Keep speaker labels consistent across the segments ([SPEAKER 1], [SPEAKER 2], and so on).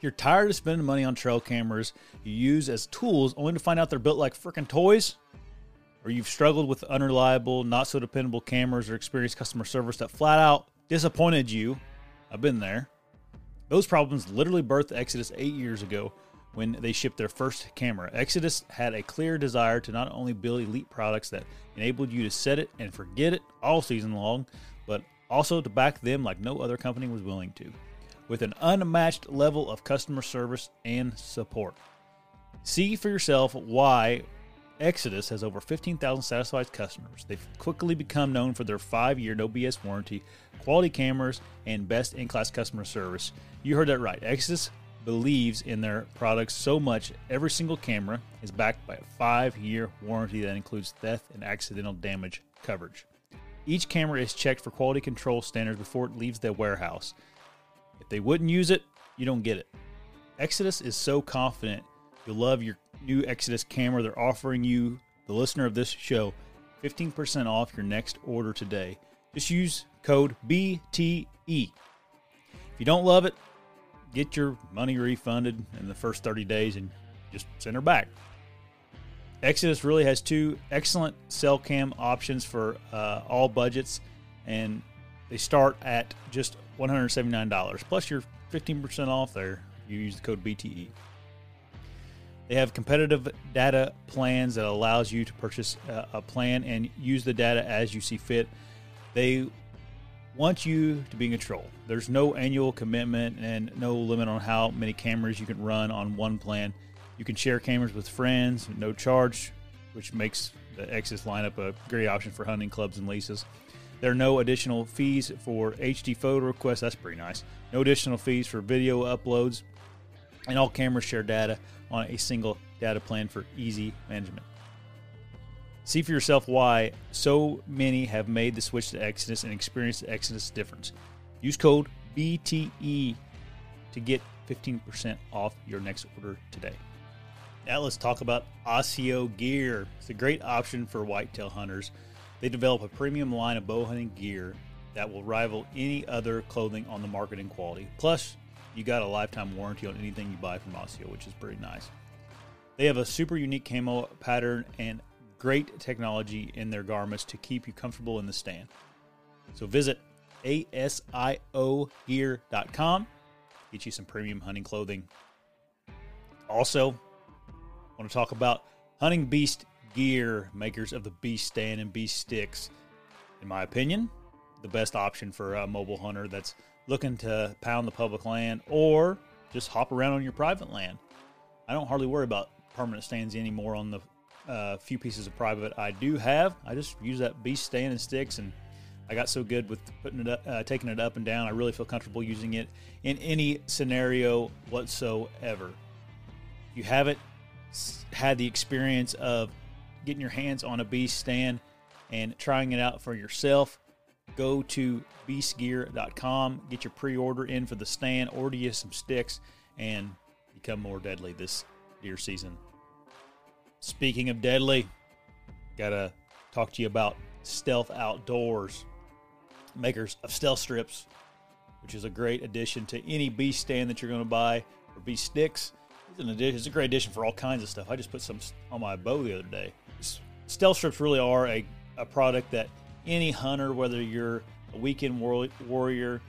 [SPEAKER 1] You're tired of spending money on trail cameras you use as tools only to find out they're built like freaking toys? Or you've struggled with unreliable, not so dependable cameras or experienced customer service that flat out disappointed you? I've been there. Those problems literally birthed Exodus eight years ago when they shipped their first camera. Exodus had a clear desire to not only build elite products that enabled you to set it and forget it all season long, but also to back them like no other company was willing to, with an unmatched level of customer service and support. See for yourself why Exodus has over 15,000 satisfied customers. They've quickly become known for their five year no BS warranty, quality cameras, and best in class customer service. You heard that right. Exodus believes in their products so much, every single camera is backed by a five year warranty that includes theft and accidental damage coverage. Each camera is checked for quality control standards before it leaves their warehouse. If they wouldn't use it, you don't get it. Exodus is so confident you'll love your new Exodus camera. They're offering you, the listener of this show, 15% off your next order today. Just use code BTE. If you don't love it, get your money refunded in the first 30 days and just send her back. Exodus really has two excellent cell cam options for uh, all budgets, and they start at just $179. Plus, you're 15% off there. if You use the code BTE. They have competitive data plans that allows you to purchase uh, a, a plan and use the data as you see fit. They want you to be in control. There's no annual commitment and no limit on how many cameras you can run on one plan. You can share cameras with friends, at no charge, which makes the Exodus lineup a great option for hunting clubs and leases. There are no additional fees for HD photo requests. That's pretty nice. No additional fees for video uploads, and all cameras share data on a single data plan for easy management. See for yourself why so many have made the switch to Exodus and experienced the Exodus difference. Use code BTE to get 15% off your next order today. Now let's talk about Osseo Gear. It's a great option for whitetail hunters. They develop a premium line of bow hunting gear that will rival any other clothing on the market in quality. Plus, you got a lifetime warranty on anything you buy from Osseo, which is pretty nice. They have a super unique camo pattern and great technology in their garments to keep you comfortable in the stand. So visit asiogear.com, get you some premium hunting clothing. Also, want to talk about Hunting Beast Gear, makers of the Beast Stand and Beast Sticks. In my opinion, the best option for a mobile hunter that's looking to pound the public land or just hop around on your private land. I don't hardly worry about permanent stands anymore on the uh, few pieces of private I do have. I just use that beast stand and sticks, and I got so good with putting it up, uh, taking it up and down. I really feel comfortable using it in any scenario whatsoever. If you haven't s- had the experience of getting your hands on a beast stand and trying it out for yourself, go to beastgear.com, get your pre order in for the stand, order you some sticks, and become more deadly this deer season. Speaking of deadly, gotta talk to you about Stealth Outdoors, makers of stealth strips, which is a great addition to any beast stand that you're gonna buy or beast sticks. It's an addition. It's a great addition for all kinds of stuff. I just put some on my bow the other day. S- Stealth strips really are a, a product that any hunter, whether you're a weekend war- warrior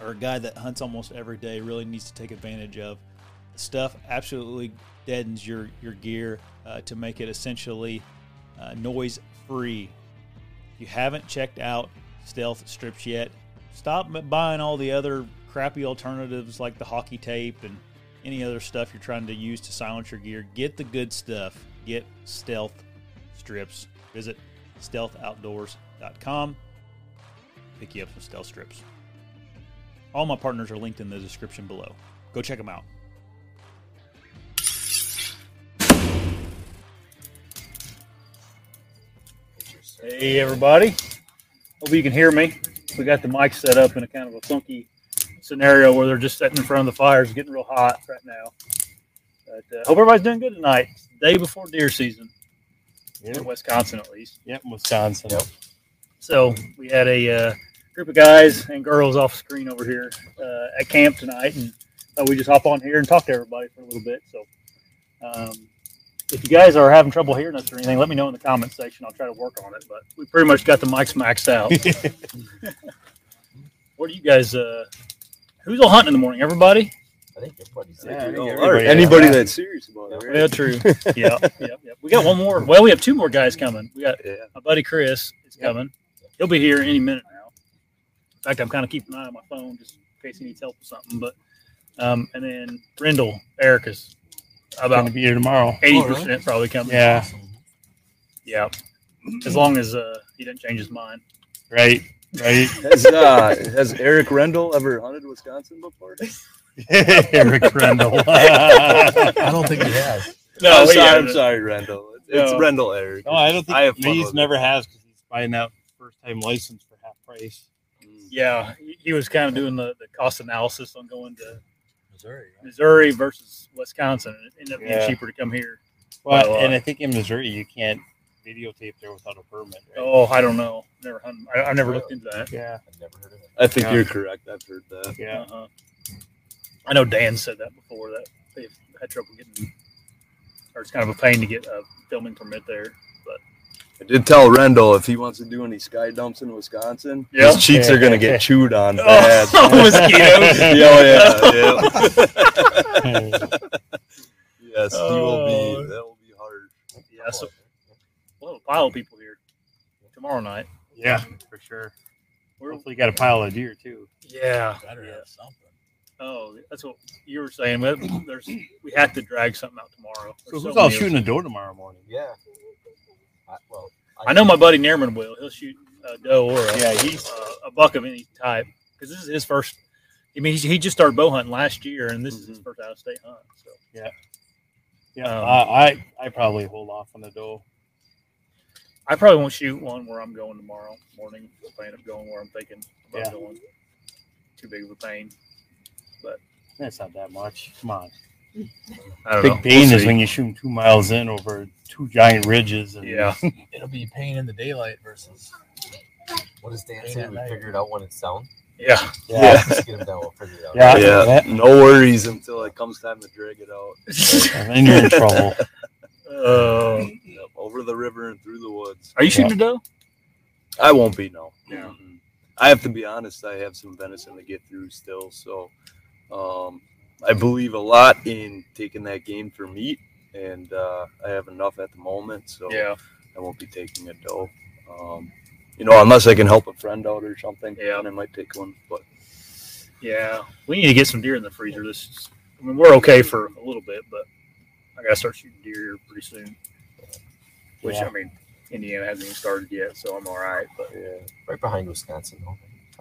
[SPEAKER 1] or a guy that hunts almost every day, really needs to take advantage of. The stuff absolutely deadens your your gear uh, to make it essentially uh, noise free. If you haven't checked out Stealth Strips yet, stop m- buying all the other crappy alternatives like the hockey tape and any other stuff you're trying to use to silence your gear. Get the good stuff. Get Stealth Strips. Visit stealthoutdoors.com. Pick you up some stealth strips. All my partners are linked in the description below. Go check them out. Hey, everybody. Hope you can hear me. We got the mic set up in a kind of a funky scenario where they're just sitting in front of the fires, getting real hot right now. But uh, hope everybody's doing good tonight. It's the day before deer season, here in
[SPEAKER 2] Yep,
[SPEAKER 1] Wisconsin at least.
[SPEAKER 2] yep, Wisconsin.
[SPEAKER 1] So we had a uh, group of guys and girls off screen over here uh, at camp tonight, and
[SPEAKER 2] So we just hop on here and talk to everybody for a little bit. So um, if you guys are having trouble hearing us or anything, let me know in the comments section. I'll try to work on it. But we pretty much got the mics maxed out. what are you guys? Uh, who's all hunting in the morning? Everybody?
[SPEAKER 3] I think everybody's
[SPEAKER 4] Yeah, I
[SPEAKER 3] there.
[SPEAKER 4] think
[SPEAKER 3] You're all
[SPEAKER 4] everybody-
[SPEAKER 3] alert.
[SPEAKER 4] Anybody
[SPEAKER 2] Yeah.
[SPEAKER 4] that's serious about it.
[SPEAKER 2] Yeah,
[SPEAKER 4] Right?
[SPEAKER 2] true. yeah, yeah, yeah. We got one more. Well, we have two more guys coming. We got
[SPEAKER 4] Yeah.
[SPEAKER 2] my buddy Chris is
[SPEAKER 3] Yep.
[SPEAKER 2] coming. He'll be here any minute now. In fact, I'm kind of keeping an eye on my phone just in case he needs help with something. But um, and then Rendell, Erica's
[SPEAKER 5] Gonna
[SPEAKER 2] about
[SPEAKER 5] be here tomorrow.
[SPEAKER 2] eighty percent probably coming.
[SPEAKER 5] Yeah,
[SPEAKER 2] yeah. As long as uh, he doesn't change his mind.
[SPEAKER 5] right, right.
[SPEAKER 4] Has, uh, has Eric Rendell ever hunted Wisconsin before?
[SPEAKER 5] Eric Rendell.
[SPEAKER 3] I don't think he has.
[SPEAKER 2] No,
[SPEAKER 4] I'm
[SPEAKER 2] he
[SPEAKER 4] sorry, I'm
[SPEAKER 2] hasn't.
[SPEAKER 4] sorry, Rendell. It's
[SPEAKER 2] No.
[SPEAKER 4] Rendell Eric.
[SPEAKER 5] no, I don't think
[SPEAKER 4] I have fun
[SPEAKER 5] he's
[SPEAKER 4] with it.
[SPEAKER 5] never has because he's buying out first time license for half price.
[SPEAKER 4] Mm.
[SPEAKER 2] Yeah, he- he was kind of doing the, the cost analysis on going to
[SPEAKER 3] Missouri. Right?
[SPEAKER 2] Missouri versus Wisconsin, and it ended up being
[SPEAKER 5] Yeah.
[SPEAKER 2] cheaper to come here. Quite a
[SPEAKER 5] Well,
[SPEAKER 2] lot.
[SPEAKER 5] and I think in Missouri you can't videotape there without a permit. Right?
[SPEAKER 2] Oh, I don't know. Never, hunted- I, I've never looked into that.
[SPEAKER 5] yeah,
[SPEAKER 3] I've never heard of it.
[SPEAKER 4] I think
[SPEAKER 5] Yeah.
[SPEAKER 4] you're correct. I've heard that.
[SPEAKER 5] yeah.
[SPEAKER 2] Uh-huh. I know Dan said that before that they've had trouble getting, or it's kind of a pain to get a filming permit there.
[SPEAKER 4] I did tell Rendell if he wants to do any sky dumps in Wisconsin,
[SPEAKER 2] Yeah.
[SPEAKER 4] his cheeks are gonna get chewed on bad.
[SPEAKER 2] Oh, mosquitoes.
[SPEAKER 4] yeah, oh, yeah, yeah. yes, he will
[SPEAKER 2] Oh.
[SPEAKER 4] be. That will be hard.
[SPEAKER 2] Yeah, so we'll have a pile of people here tomorrow night.
[SPEAKER 5] yeah, for sure.
[SPEAKER 2] We're,
[SPEAKER 5] Hopefully, got a pile of deer too.
[SPEAKER 2] yeah.
[SPEAKER 3] Better have something.
[SPEAKER 2] Oh, that's what you were saying. but There's, we have to drag something out tomorrow.
[SPEAKER 5] So
[SPEAKER 2] There's
[SPEAKER 5] who's
[SPEAKER 2] so
[SPEAKER 5] all
[SPEAKER 2] many of
[SPEAKER 5] shooting
[SPEAKER 2] us.
[SPEAKER 5] a doe tomorrow morning?
[SPEAKER 3] Yeah. I, well,
[SPEAKER 2] I know my buddy Nearman will. He'll shoot a doe or a,
[SPEAKER 5] Yeah, he's-
[SPEAKER 2] uh, a buck of any type because this is his first. I mean, he's, he just started bow hunting last year, and this is
[SPEAKER 5] Mm-hmm.
[SPEAKER 2] his first out of state hunt. So.
[SPEAKER 5] Yeah,
[SPEAKER 2] Um,
[SPEAKER 5] I, I I probably hold off on the doe.
[SPEAKER 2] I probably won't shoot one where I'm going tomorrow morning. If I end up going where I'm thinking about
[SPEAKER 5] Yeah.
[SPEAKER 2] going, too big of a pain.
[SPEAKER 5] That's not that much. Come on.
[SPEAKER 2] I don't
[SPEAKER 5] Big
[SPEAKER 2] know.
[SPEAKER 5] pain
[SPEAKER 2] We'll
[SPEAKER 5] is
[SPEAKER 2] see.
[SPEAKER 5] when you shoot 'em two miles in over two giant ridges. And
[SPEAKER 2] yeah,
[SPEAKER 3] It'll be pain in the daylight versus. What does Dan
[SPEAKER 5] Pain
[SPEAKER 3] say?
[SPEAKER 5] at
[SPEAKER 3] We
[SPEAKER 5] night.
[SPEAKER 3] figured out when it's down.
[SPEAKER 2] yeah,
[SPEAKER 4] Yeah.
[SPEAKER 3] Let's get him down. We'll figure it out.
[SPEAKER 5] Yeah.
[SPEAKER 4] yeah,
[SPEAKER 5] that-
[SPEAKER 4] no worries until it comes time to drag it out.
[SPEAKER 5] And then you're in trouble.
[SPEAKER 2] Uh,
[SPEAKER 4] Yep, over the river and through the woods.
[SPEAKER 2] are you shooting a doe?
[SPEAKER 4] I won't be no. Mm-hmm.
[SPEAKER 2] Yeah.
[SPEAKER 4] I have to be honest. I have some venison to get through still, so um, I believe a lot in taking that game for meat, and uh, I have enough at the moment, so
[SPEAKER 2] Yeah,
[SPEAKER 4] I won't be taking a doe. Um, you know, unless I can help a friend out or something,
[SPEAKER 2] Yeah.
[SPEAKER 4] then I might take one. But
[SPEAKER 2] yeah. We need to get some deer in the freezer. This, is, I mean, we're okay for a little bit, but I gotta start shooting deer here pretty soon. Which
[SPEAKER 5] Yeah.
[SPEAKER 2] I mean, Indiana hasn't even started yet, so I'm all right. But
[SPEAKER 4] yeah,
[SPEAKER 3] Right behind Wisconsin. though.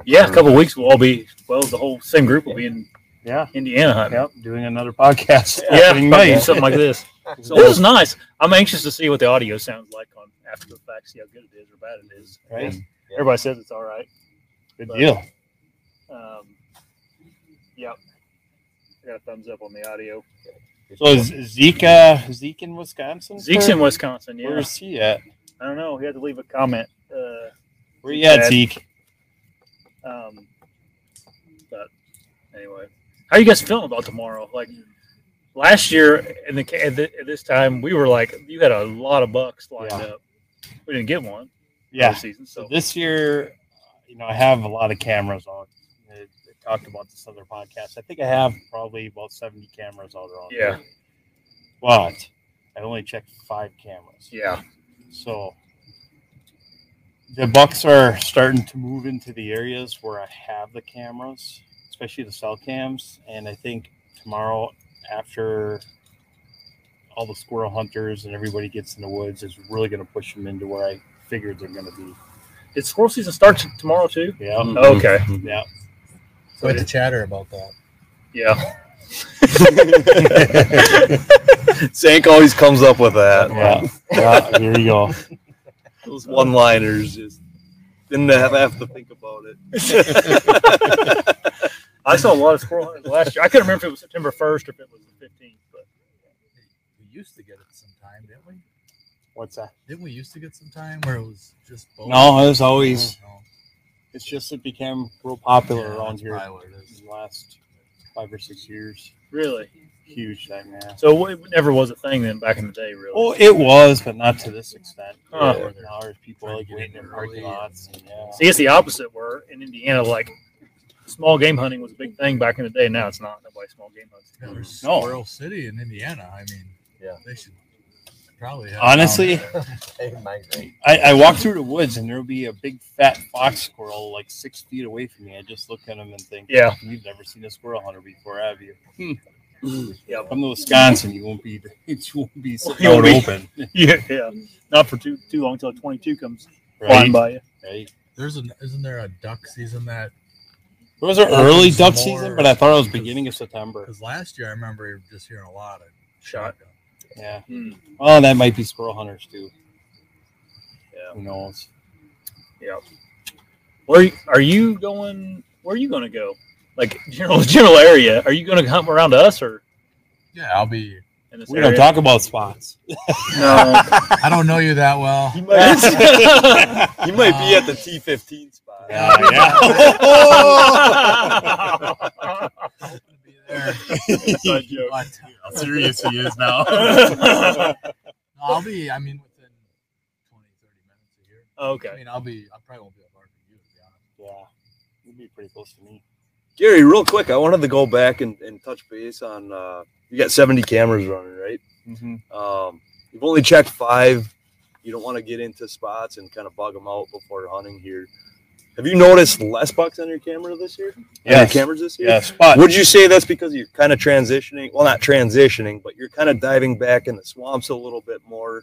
[SPEAKER 2] yeah, a couple weeks we'll all be well. The whole same group will be in
[SPEAKER 5] Yeah.
[SPEAKER 2] Indiana hunting.
[SPEAKER 5] Yep. Doing another podcast.
[SPEAKER 2] Yeah,
[SPEAKER 5] opening
[SPEAKER 2] probably
[SPEAKER 5] night.
[SPEAKER 2] something like this.
[SPEAKER 5] So-
[SPEAKER 2] This is nice. I'm anxious to see what the audio sounds like on after the fact, see how good it is or bad it is.
[SPEAKER 5] Right.
[SPEAKER 2] Everybody says it's all right.
[SPEAKER 5] Good deal.
[SPEAKER 2] Um, yep. I got a thumbs up on the audio.
[SPEAKER 5] So is is Zeke uh, Zeke in Wisconsin?
[SPEAKER 2] Zeke's in Wisconsin. Yeah.
[SPEAKER 5] Where's he at?
[SPEAKER 2] I don't know. He had to leave a comment. Uh,
[SPEAKER 5] Where you at,
[SPEAKER 2] Bad.
[SPEAKER 5] Zeke?
[SPEAKER 2] um, but anyway, how you guys feeling about tomorrow? Like last year, in the ca- at thi- at this time, we were like, you had a lot of bucks lined
[SPEAKER 5] Yeah.
[SPEAKER 2] up. We didn't get one.
[SPEAKER 5] Yeah.
[SPEAKER 2] This season. So
[SPEAKER 5] So this year, you know, I have a lot of cameras on. I I talked about this other podcast. I think I have probably about seventy cameras out on.
[SPEAKER 2] Yeah.
[SPEAKER 5] there. But I only checked five cameras.
[SPEAKER 2] yeah.
[SPEAKER 5] So the bucks are starting to move into the areas where I have the cameras, especially the cell cams. And I think tomorrow, after all the squirrel hunters and everybody gets in the woods, is really going to push them into where I figured they're going to be.
[SPEAKER 2] Did squirrel season start t- tomorrow too?
[SPEAKER 5] Yeah.
[SPEAKER 2] Um, Okay.
[SPEAKER 5] Yeah.
[SPEAKER 3] Quite the chatter about that.
[SPEAKER 2] Yeah.
[SPEAKER 4] Sank always comes up with that.
[SPEAKER 5] Yeah. Yeah. Here you go.
[SPEAKER 4] Those one-liners just didn't have, have to think about it.
[SPEAKER 2] I saw a lot of squirrel hunters last year. I couldn't remember if it was September 1st or if it was the 15th, but
[SPEAKER 3] We used to get it sometime, didn't we?
[SPEAKER 5] What's that?
[SPEAKER 3] Didn't we used to get some time where it was just both?
[SPEAKER 5] No, it was always.
[SPEAKER 3] No.
[SPEAKER 5] It's just it became real popular
[SPEAKER 3] Yeah,
[SPEAKER 5] around
[SPEAKER 3] that's
[SPEAKER 5] here
[SPEAKER 3] probably what it is.
[SPEAKER 5] in the last five or six years.
[SPEAKER 2] Really?
[SPEAKER 5] Huge that mass.
[SPEAKER 2] So it never was a thing then back in the day, really.
[SPEAKER 5] Oh, it was, but not to this extent.
[SPEAKER 2] Huh.
[SPEAKER 5] Where Now there's people like waiting in parking lots. and, yeah.
[SPEAKER 2] See, it's the opposite. Where in Indiana, like small game hunting was a big thing back in the day. Now it's not. Nobody small game hunts.
[SPEAKER 3] Yeah, there's
[SPEAKER 5] No.
[SPEAKER 3] Squirrel City in Indiana. I mean,
[SPEAKER 2] Yeah.
[SPEAKER 3] they should probably have
[SPEAKER 5] Honestly,
[SPEAKER 6] They migrate.
[SPEAKER 5] I, I walk through the woods and there'll be a big fat fox squirrel like six feet away from me. I just look at him and think,
[SPEAKER 2] Yeah.
[SPEAKER 5] You've never seen a squirrel hunter before, have you?
[SPEAKER 2] Yeah.
[SPEAKER 5] Come to Wisconsin, you won't be you won't be sitting
[SPEAKER 2] You'll
[SPEAKER 5] out
[SPEAKER 2] be-
[SPEAKER 5] open,
[SPEAKER 2] Yeah. Yeah. Not for too too long till twenty two comes
[SPEAKER 5] right?
[SPEAKER 2] flying by you.
[SPEAKER 5] right?
[SPEAKER 3] There's an isn't there a duck season that
[SPEAKER 5] It was an early duck season, but I thought it was beginning of September.
[SPEAKER 3] because last year I remember just hearing a lot of
[SPEAKER 2] Shot.
[SPEAKER 5] Yeah.
[SPEAKER 2] Hmm.
[SPEAKER 5] Oh, that might be squirrel hunters too.
[SPEAKER 4] Yeah.
[SPEAKER 5] Who knows?
[SPEAKER 2] Where you- are you going? Where are you going to go? Like general general area? Are you going to come around to us or
[SPEAKER 3] Yeah, I'll be.
[SPEAKER 2] in this
[SPEAKER 5] We're gonna
[SPEAKER 2] area?
[SPEAKER 5] talk about spots.
[SPEAKER 2] No.
[SPEAKER 3] I don't know you that well.
[SPEAKER 4] He might, he might be at the
[SPEAKER 3] Um,
[SPEAKER 4] T15 spot.
[SPEAKER 5] Yeah,
[SPEAKER 4] Oh!
[SPEAKER 3] I'll be there.
[SPEAKER 4] Inside joke.
[SPEAKER 3] But
[SPEAKER 5] How serious he is now.
[SPEAKER 3] no, I'll be. I mean, within 20, 30 minutes of here. I
[SPEAKER 2] okay.
[SPEAKER 3] mean, I'll be. I probably won't be that far from you, to be honest.
[SPEAKER 5] yeah, you'd be pretty close to me.
[SPEAKER 4] Gary, real quick, I wanted to go back and, and touch base on uh, you got 70 cameras running, right? Um, you've only checked five. You don't want to get into spots and kind of bug them out before hunting here. Have you noticed less bucks on your camera this year? On your
[SPEAKER 5] Yes.
[SPEAKER 4] cameras this year?
[SPEAKER 5] Yeah, spot.
[SPEAKER 4] Would you say that's because you're kind of transitioning? Well, not transitioning, but you're kind of diving back in the swamps a little bit more.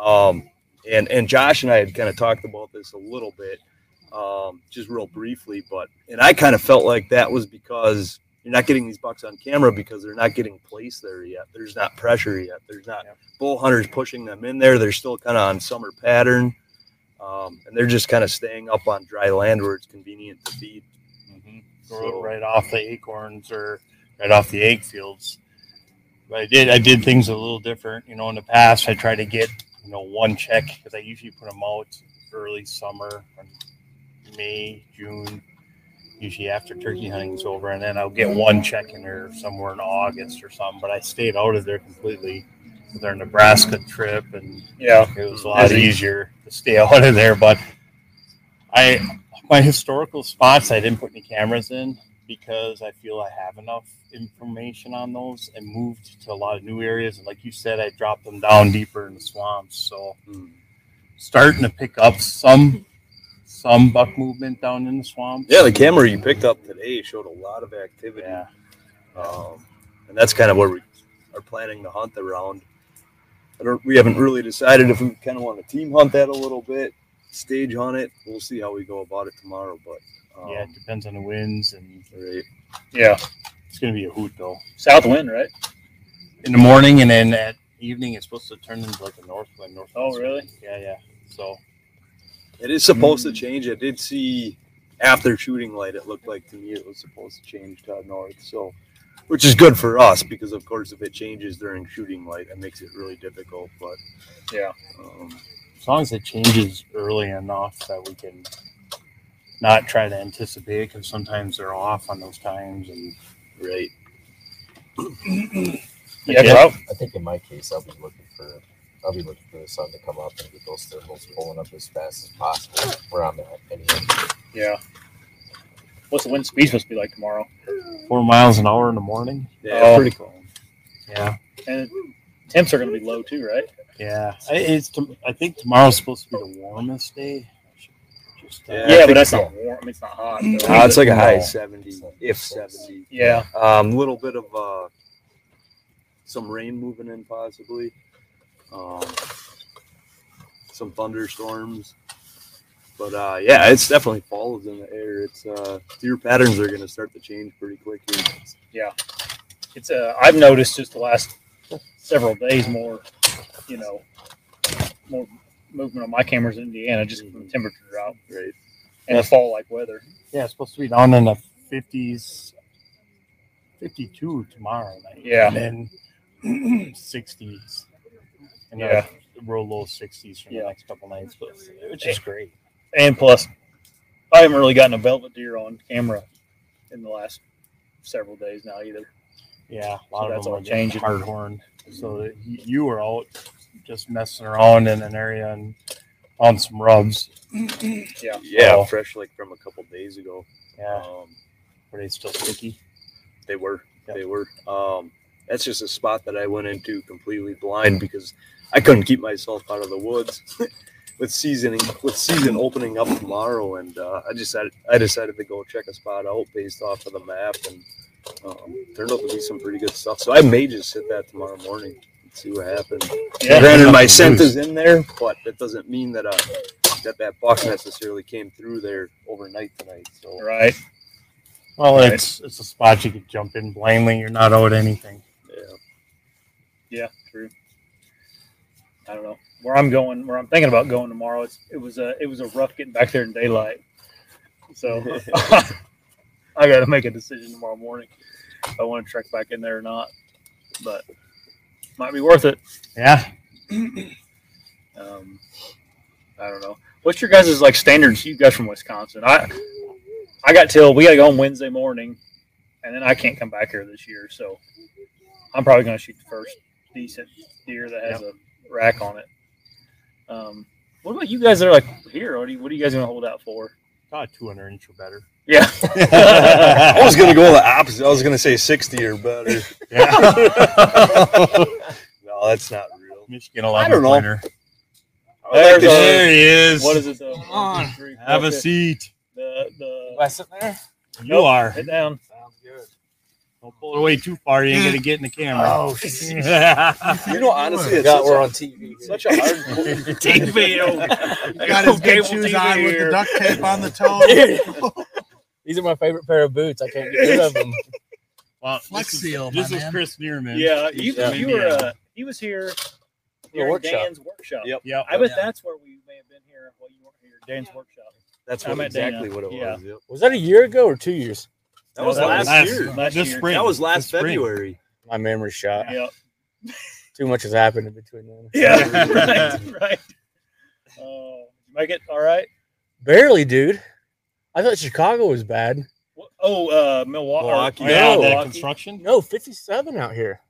[SPEAKER 4] Um, and and Josh and I had kind of talked about this a little bit, um, just real briefly. But and I kind of felt like that was because you're not getting these bucks on camera because they're not getting placed there yet. There's not pressure yet. There's not
[SPEAKER 5] Yep.
[SPEAKER 4] bull hunters pushing them in there. They're still kind of on summer pattern, um, and they're just kind of staying up on dry land where it's convenient to feed.
[SPEAKER 5] Mhm.
[SPEAKER 4] So-
[SPEAKER 5] Growing right off the acorns or right off the egg fields. But I did I did things a little different. You know, in the past I tried to get you know one check because I usually put them out early summer, May, June, usually after turkey hunting's over, and then I'll get one check in there somewhere in August or something. But I stayed out of there completely. with Their Nebraska trip and
[SPEAKER 2] Yeah.
[SPEAKER 5] it was a lot
[SPEAKER 2] Busy.
[SPEAKER 5] easier to stay out of there. But I, my historical spots, I didn't put any cameras in because I feel I have enough information on those and moved to a lot of new areas. And like you said, I dropped them down deeper in the swamps. So
[SPEAKER 4] Hmm.
[SPEAKER 5] starting to pick up some, some buck movement down in the swamps.
[SPEAKER 4] Yeah, the camera you picked up today showed a lot of activity.
[SPEAKER 5] Yeah.
[SPEAKER 4] Um, and that's kind of where we are planning the hunt around. I don't, we haven't really decided if we kind of want to team hunt that a little bit, stage hunt it. We'll see how we go about it tomorrow. But um,
[SPEAKER 5] Yeah. It depends on the winds and
[SPEAKER 4] right.
[SPEAKER 2] Yeah.
[SPEAKER 5] it's going to be a hoot though.
[SPEAKER 2] South wind, right?
[SPEAKER 5] in the morning and then at evening it's supposed to turn into like a north wind. North
[SPEAKER 2] Oh, really?
[SPEAKER 5] Yeah, yeah. So
[SPEAKER 4] it is supposed to change. I did see after shooting light, it looked like to me it was supposed to change to north. So, which is good for us because of course if it changes during shooting light, that makes it really difficult. But
[SPEAKER 2] Yeah.
[SPEAKER 4] um,
[SPEAKER 5] as long as it changes early enough that we can not try to anticipate it because sometimes they're off on those times and
[SPEAKER 4] right.
[SPEAKER 2] Yeah. 'cause I-
[SPEAKER 6] I think in my case, I'll be looking for I'll be looking for the sun to come up and get those thermals pulling up as fast as possible where I'm at. Anyhow.
[SPEAKER 2] yeah. What's the wind speed supposed to be like tomorrow?
[SPEAKER 5] four miles an hour in the morning.
[SPEAKER 4] Yeah,
[SPEAKER 2] Oh.
[SPEAKER 4] pretty cool.
[SPEAKER 5] Yeah,
[SPEAKER 2] And temps are going to be low too, right?
[SPEAKER 5] yeah. I, it's to, I think tomorrow's supposed to be the warmest day. Just, uh,
[SPEAKER 4] Yeah. I
[SPEAKER 2] Yeah,
[SPEAKER 4] think
[SPEAKER 2] but that's
[SPEAKER 4] so.
[SPEAKER 2] not warm. It's not hot. though,
[SPEAKER 4] Uh,
[SPEAKER 2] is
[SPEAKER 4] it's
[SPEAKER 2] it?
[SPEAKER 4] like a high
[SPEAKER 5] No.
[SPEAKER 4] 70, if 70.
[SPEAKER 2] yeah.
[SPEAKER 4] Um, little bit of uh, some rain moving in, possibly. Um, some thunderstorms. But uh, yeah, it's definitely fall is in the air. It's uh, deer patterns are going to start to change pretty quick here.
[SPEAKER 2] It's uh, I've noticed just the last several days more, you know, more movement on my cameras in Indiana just from
[SPEAKER 4] Mm-hmm.
[SPEAKER 2] the temperature drop
[SPEAKER 4] Right.
[SPEAKER 2] and the fall like weather.
[SPEAKER 5] yeah. It's supposed to be down in the fifties, fifty-two tomorrow night.
[SPEAKER 2] Yeah.
[SPEAKER 5] and then sixties. And then
[SPEAKER 2] Yeah.
[SPEAKER 5] real low sixties for
[SPEAKER 2] Yeah.
[SPEAKER 5] the next couple nights, but which is great.
[SPEAKER 2] And plus, I haven't really gotten a velvet deer on camera in the last several days now either.
[SPEAKER 5] Yeah, a lot
[SPEAKER 2] So
[SPEAKER 5] of
[SPEAKER 2] that's
[SPEAKER 5] them
[SPEAKER 2] all
[SPEAKER 5] are getting
[SPEAKER 2] changing.
[SPEAKER 5] hard horn. So that y- you were out just messing around in an area and on some rubs.
[SPEAKER 4] Yeah,
[SPEAKER 5] Oh.
[SPEAKER 4] fresh like from a couple days ago.
[SPEAKER 5] Yeah,
[SPEAKER 4] Um,
[SPEAKER 5] were they still sticky?
[SPEAKER 4] They were.
[SPEAKER 5] Yep.
[SPEAKER 4] They were. Um, that's just a spot that I went into completely blind because I couldn't keep myself out of the woods. with seasoning, with season opening up tomorrow, and uh, I decided I decided to go check a spot out based off of the map, and um, turned out to be some pretty good stuff. So I may just hit that tomorrow morning and see what happens. Granted, my scent is in there, but that doesn't mean that uh, that that buck necessarily came through there overnight tonight. So
[SPEAKER 2] Right.
[SPEAKER 5] Well, it's it's a spot you could jump in blindly. You're not owed anything.
[SPEAKER 4] yeah,
[SPEAKER 2] Yeah, true. I don't know where I'm going, where I'm thinking about going tomorrow. It's it was a it was a rough getting back there in daylight, so I got to make a decision tomorrow morning if I want to trek back in there or not. But might be worth it.
[SPEAKER 5] Yeah,
[SPEAKER 2] Um, I don't know. What's your guys' like standards? You guys from Wisconsin? I I got till we got to go on Wednesday morning, and then I can't come back here this year. So I'm probably going to shoot the first decent deer that has a rack on it. Um, what about you guys that are like here? What are you, what are you guys going to hold out for?
[SPEAKER 5] about 200 inch or better.
[SPEAKER 2] Yeah,
[SPEAKER 4] I was gonna go the opposite. I was gonna say sixty or better.
[SPEAKER 5] Yeah.
[SPEAKER 4] No, that's not real.
[SPEAKER 5] Michigan 11
[SPEAKER 4] don't know.
[SPEAKER 5] pointer.
[SPEAKER 2] There's a-
[SPEAKER 5] There he is.
[SPEAKER 2] what is it? The,
[SPEAKER 3] Come on.
[SPEAKER 5] Have a seat.
[SPEAKER 2] The, the,
[SPEAKER 3] Wes in there?
[SPEAKER 5] You
[SPEAKER 2] Nope.
[SPEAKER 5] are.
[SPEAKER 2] head down.
[SPEAKER 3] Sounds good.
[SPEAKER 5] Don't pull it away too far. You ain't gonna get in the camera.
[SPEAKER 4] You know, honestly,
[SPEAKER 6] I
[SPEAKER 4] it's such,
[SPEAKER 6] forgot we're
[SPEAKER 4] a,
[SPEAKER 6] on TV.
[SPEAKER 4] such a hard.
[SPEAKER 2] Take me.
[SPEAKER 3] I got his good shoes on with the duct tape on the toe.
[SPEAKER 6] These are my favorite pair of boots. I can't get rid of them.
[SPEAKER 5] Well,
[SPEAKER 3] Flex
[SPEAKER 5] this is,
[SPEAKER 3] seal,
[SPEAKER 5] This
[SPEAKER 3] my
[SPEAKER 5] is
[SPEAKER 3] man.
[SPEAKER 5] Chris Neerman.
[SPEAKER 2] Yeah, you,
[SPEAKER 5] Yeah.
[SPEAKER 2] you were. Uh, he was here. during
[SPEAKER 6] workshop.
[SPEAKER 2] Dan's workshop.
[SPEAKER 4] Yep.
[SPEAKER 5] Yep.
[SPEAKER 2] I bet
[SPEAKER 3] Yeah.
[SPEAKER 2] that's where we may have been here while you weren't here. Dan's workshop.
[SPEAKER 4] That's
[SPEAKER 2] I
[SPEAKER 4] what,
[SPEAKER 2] met Dana.
[SPEAKER 4] exactly what it was.
[SPEAKER 2] Yeah.
[SPEAKER 4] yep.
[SPEAKER 6] Was that a year ago or two years?
[SPEAKER 4] That
[SPEAKER 2] No,
[SPEAKER 4] was
[SPEAKER 2] that
[SPEAKER 4] last,
[SPEAKER 5] last-
[SPEAKER 4] year.
[SPEAKER 2] last
[SPEAKER 5] this
[SPEAKER 2] year.
[SPEAKER 5] spring.
[SPEAKER 4] That was last
[SPEAKER 5] This spring.
[SPEAKER 4] February.
[SPEAKER 6] My memory shot.
[SPEAKER 2] Yep.
[SPEAKER 6] Too much has happened in between then.
[SPEAKER 2] Yeah. right. Right. Uh, you make it all right.
[SPEAKER 6] Barely, dude. I thought Chicago was bad.
[SPEAKER 2] What- Oh, uh, Milwaukee.
[SPEAKER 4] Milwaukee.
[SPEAKER 5] Oh, yeah,
[SPEAKER 6] No.
[SPEAKER 5] that
[SPEAKER 2] Milwaukee.
[SPEAKER 5] construction.
[SPEAKER 6] No, 57 out here.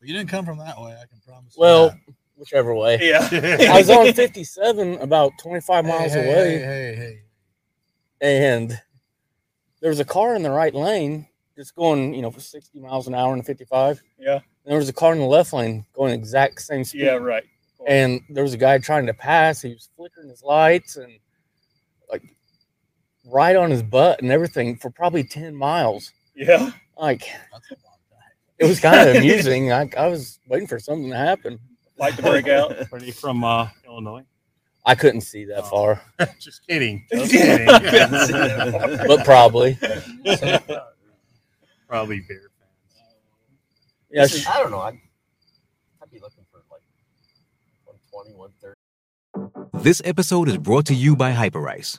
[SPEAKER 3] You didn't come from that way, I can promise. you
[SPEAKER 6] Well,
[SPEAKER 3] that.
[SPEAKER 6] whichever way.
[SPEAKER 2] Yeah.
[SPEAKER 6] I was on 57 about 25 miles
[SPEAKER 3] hey, hey,
[SPEAKER 6] away,
[SPEAKER 3] Hey, hey, hey.
[SPEAKER 6] and there was a car in the right lane just going, you know, for 60 miles an hour and 55.
[SPEAKER 2] Yeah.
[SPEAKER 6] And there was a car in the left lane going exact same speed.
[SPEAKER 2] Yeah. Right.
[SPEAKER 6] and there was a guy trying to pass. He was flickering his lights and like right on his butt and everything for probably ten miles.
[SPEAKER 2] Yeah.
[SPEAKER 6] Like
[SPEAKER 3] That's a long time.
[SPEAKER 6] it was kind of amusing. I, I was waiting for something to happen.
[SPEAKER 2] Like to break out.
[SPEAKER 5] Are they from uh, Illinois?
[SPEAKER 6] I couldn't see
[SPEAKER 5] Oh.
[SPEAKER 6] that far,
[SPEAKER 5] Just kidding. Just kidding.
[SPEAKER 2] Yeah.
[SPEAKER 6] but probably.
[SPEAKER 5] Probably beer fans.
[SPEAKER 6] Yeah,
[SPEAKER 2] This is-
[SPEAKER 6] sh- I
[SPEAKER 2] I
[SPEAKER 6] don't
[SPEAKER 2] don't
[SPEAKER 6] know.
[SPEAKER 2] know. I'd-
[SPEAKER 6] I'd be looking for like 120, 130.
[SPEAKER 7] This episode is brought to you by Hyperice,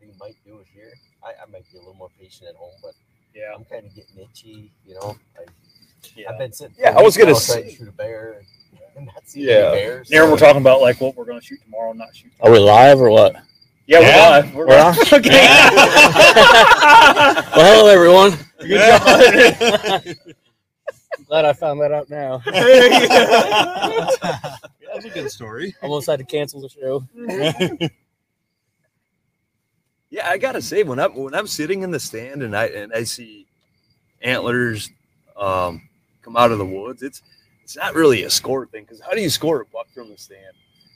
[SPEAKER 6] You might do it here. I, I might be a little more patient at home, but
[SPEAKER 2] Yeah.
[SPEAKER 6] I'm kind of getting itchy. You know, like,
[SPEAKER 2] Yeah.
[SPEAKER 6] been sitting.
[SPEAKER 4] Yeah, I was gonna say-
[SPEAKER 6] shoot a bear, and not
[SPEAKER 4] seeing any Yeah.
[SPEAKER 6] bears.
[SPEAKER 2] Now we're talking about like what we're going to shoot tomorrow, not shoot.
[SPEAKER 6] Are we live or what?
[SPEAKER 2] Yeah, we're
[SPEAKER 5] Yeah.
[SPEAKER 2] live. We're,
[SPEAKER 6] We're
[SPEAKER 2] live. okay.
[SPEAKER 6] Well, hello everyone.
[SPEAKER 5] Yeah.
[SPEAKER 6] I'm glad I found that out now.
[SPEAKER 5] That was a good story.
[SPEAKER 6] Almost had to cancel the show.
[SPEAKER 4] Yeah, I gotta say when I'm when I'm sitting in the stand and I and I see antlers um, come out of the woods, it's it's not really a score thing because how do you score a buck from the stand?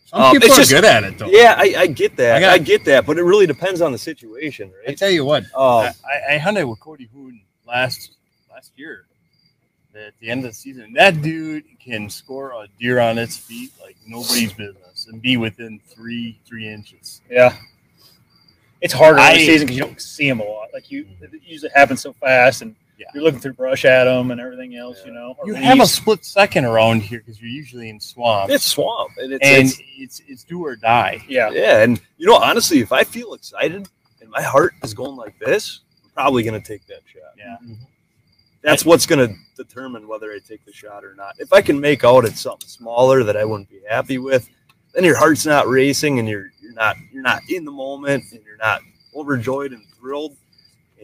[SPEAKER 8] Some
[SPEAKER 4] Um,
[SPEAKER 8] people
[SPEAKER 4] it's
[SPEAKER 8] are
[SPEAKER 4] just-
[SPEAKER 8] good at it though.
[SPEAKER 4] Yeah, I, I get that.
[SPEAKER 8] I
[SPEAKER 4] I,
[SPEAKER 8] got-
[SPEAKER 4] get that, but it really depends on the situation,
[SPEAKER 8] I
[SPEAKER 4] right?
[SPEAKER 8] tell you what,
[SPEAKER 4] Um,
[SPEAKER 5] I, I- I hunted with Cody Hoon last last year at the end of the season. That dude can score a deer on its feet like nobody's business and be within three three inches.
[SPEAKER 2] Yeah. It's harder in
[SPEAKER 5] I-
[SPEAKER 2] the season because you don't see them a lot. Like you, it usually happens so fast, and
[SPEAKER 5] Yeah.
[SPEAKER 2] you're looking through brush at them and everything else,
[SPEAKER 4] Yeah.
[SPEAKER 2] you know. or
[SPEAKER 5] You have a
[SPEAKER 2] leaves.
[SPEAKER 5] split second around here because you're usually in swamp,
[SPEAKER 4] it's swamp, and it's,
[SPEAKER 5] and
[SPEAKER 4] it's-
[SPEAKER 5] it's, it's do or die.
[SPEAKER 2] yeah,
[SPEAKER 4] yeah, and you know, honestly, if I feel excited and my heart is going like this, I'm probably gonna take that shot.
[SPEAKER 5] Yeah.
[SPEAKER 4] That's what's gonna determine whether I take the shot or not. If I can make out it's something smaller that I wouldn't be happy with, then your heart's not racing, and you're you're not you're not in the moment, and you're not overjoyed and thrilled.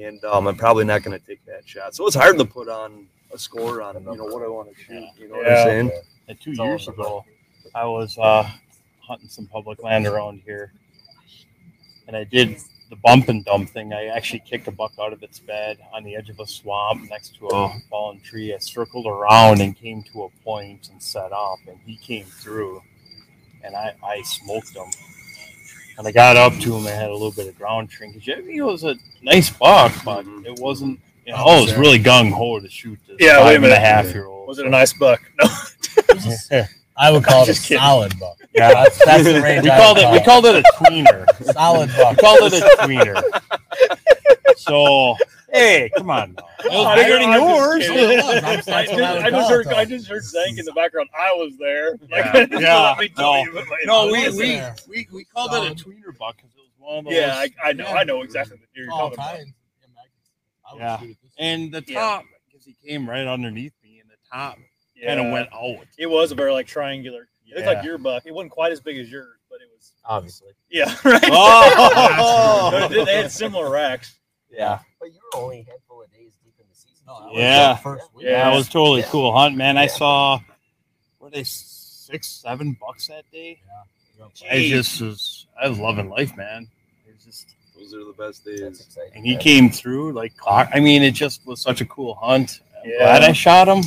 [SPEAKER 4] And um, I'm probably not going to take that shot. So it's hard to put on a score on you know what I want to shoot. You know what
[SPEAKER 2] Yeah.
[SPEAKER 4] I'm saying?
[SPEAKER 5] Uh, two years ago, I was uh, hunting some public land around here, and I did the bump and dump thing. I actually kicked a buck out of its bed on the edge of a swamp next to a fallen tree. I circled around and came to a point and set up, and he came through, and I, I smoked him. And I got up to him. I had a little bit of ground shrinkage. I mean, It was a nice buck, but
[SPEAKER 4] Mhm.
[SPEAKER 5] it wasn't. You know, I was really gung ho to shoot this
[SPEAKER 2] Yeah,
[SPEAKER 5] five
[SPEAKER 2] wait a
[SPEAKER 5] and a
[SPEAKER 2] minute.
[SPEAKER 5] half year old.
[SPEAKER 2] was it a nice buck? No,
[SPEAKER 8] I would call it a
[SPEAKER 2] Just kidding.
[SPEAKER 8] solid buck.
[SPEAKER 5] Yeah.
[SPEAKER 8] That's, that's the range.
[SPEAKER 5] We
[SPEAKER 8] I
[SPEAKER 5] called
[SPEAKER 8] would
[SPEAKER 5] it. We
[SPEAKER 8] call
[SPEAKER 5] called it a tweener.
[SPEAKER 8] it solid
[SPEAKER 5] We
[SPEAKER 8] buck.
[SPEAKER 5] called it a tweener. So hey, come on. Now. It was
[SPEAKER 2] I-
[SPEAKER 5] bigger than
[SPEAKER 2] I'm just
[SPEAKER 5] yours.
[SPEAKER 2] kidding.
[SPEAKER 8] I
[SPEAKER 2] I
[SPEAKER 8] just-
[SPEAKER 2] just, I just heard, I just heard Zank in the background. I was there.
[SPEAKER 5] Yeah.
[SPEAKER 2] Like,
[SPEAKER 5] Yeah.
[SPEAKER 2] let me tell
[SPEAKER 5] No.
[SPEAKER 2] you what my-
[SPEAKER 5] No,
[SPEAKER 8] I
[SPEAKER 5] we
[SPEAKER 8] was
[SPEAKER 5] we,
[SPEAKER 8] there.
[SPEAKER 5] we we called it a tweener buck because it was one of those.
[SPEAKER 2] Um, Yeah, I, I know.
[SPEAKER 3] Yeah.
[SPEAKER 2] I know exactly what you're
[SPEAKER 3] All
[SPEAKER 2] talking about.
[SPEAKER 3] time. I would
[SPEAKER 5] Yeah.
[SPEAKER 3] shoot at this
[SPEAKER 5] and the
[SPEAKER 2] Yeah.
[SPEAKER 5] top because he came right underneath me, and the top
[SPEAKER 2] Yeah.
[SPEAKER 5] kind of went out.
[SPEAKER 2] It was a very like triangular. It looked
[SPEAKER 5] Yeah.
[SPEAKER 2] like your buck. It wasn't quite as big as yours, but it was.
[SPEAKER 8] Obviously.
[SPEAKER 2] Yeah, right.
[SPEAKER 5] Oh.
[SPEAKER 2] they they had similar racks.
[SPEAKER 8] Yeah.
[SPEAKER 9] But you were only a handful of days deep in the season.
[SPEAKER 3] No, I
[SPEAKER 6] Oh,
[SPEAKER 9] too.
[SPEAKER 3] was
[SPEAKER 5] Yeah.
[SPEAKER 3] there First week.
[SPEAKER 5] Yeah, it was totally
[SPEAKER 9] Yeah.
[SPEAKER 5] cool hunt, man. I
[SPEAKER 9] Yeah.
[SPEAKER 5] saw were they six, seven bucks that day. I just was I was loving life, man. It was just
[SPEAKER 4] Those are the best
[SPEAKER 9] That's
[SPEAKER 4] days.
[SPEAKER 9] exciting.
[SPEAKER 5] and he came through like clock. I mean, it just was such a cool hunt. I'm
[SPEAKER 2] Yeah.
[SPEAKER 5] glad I shot him,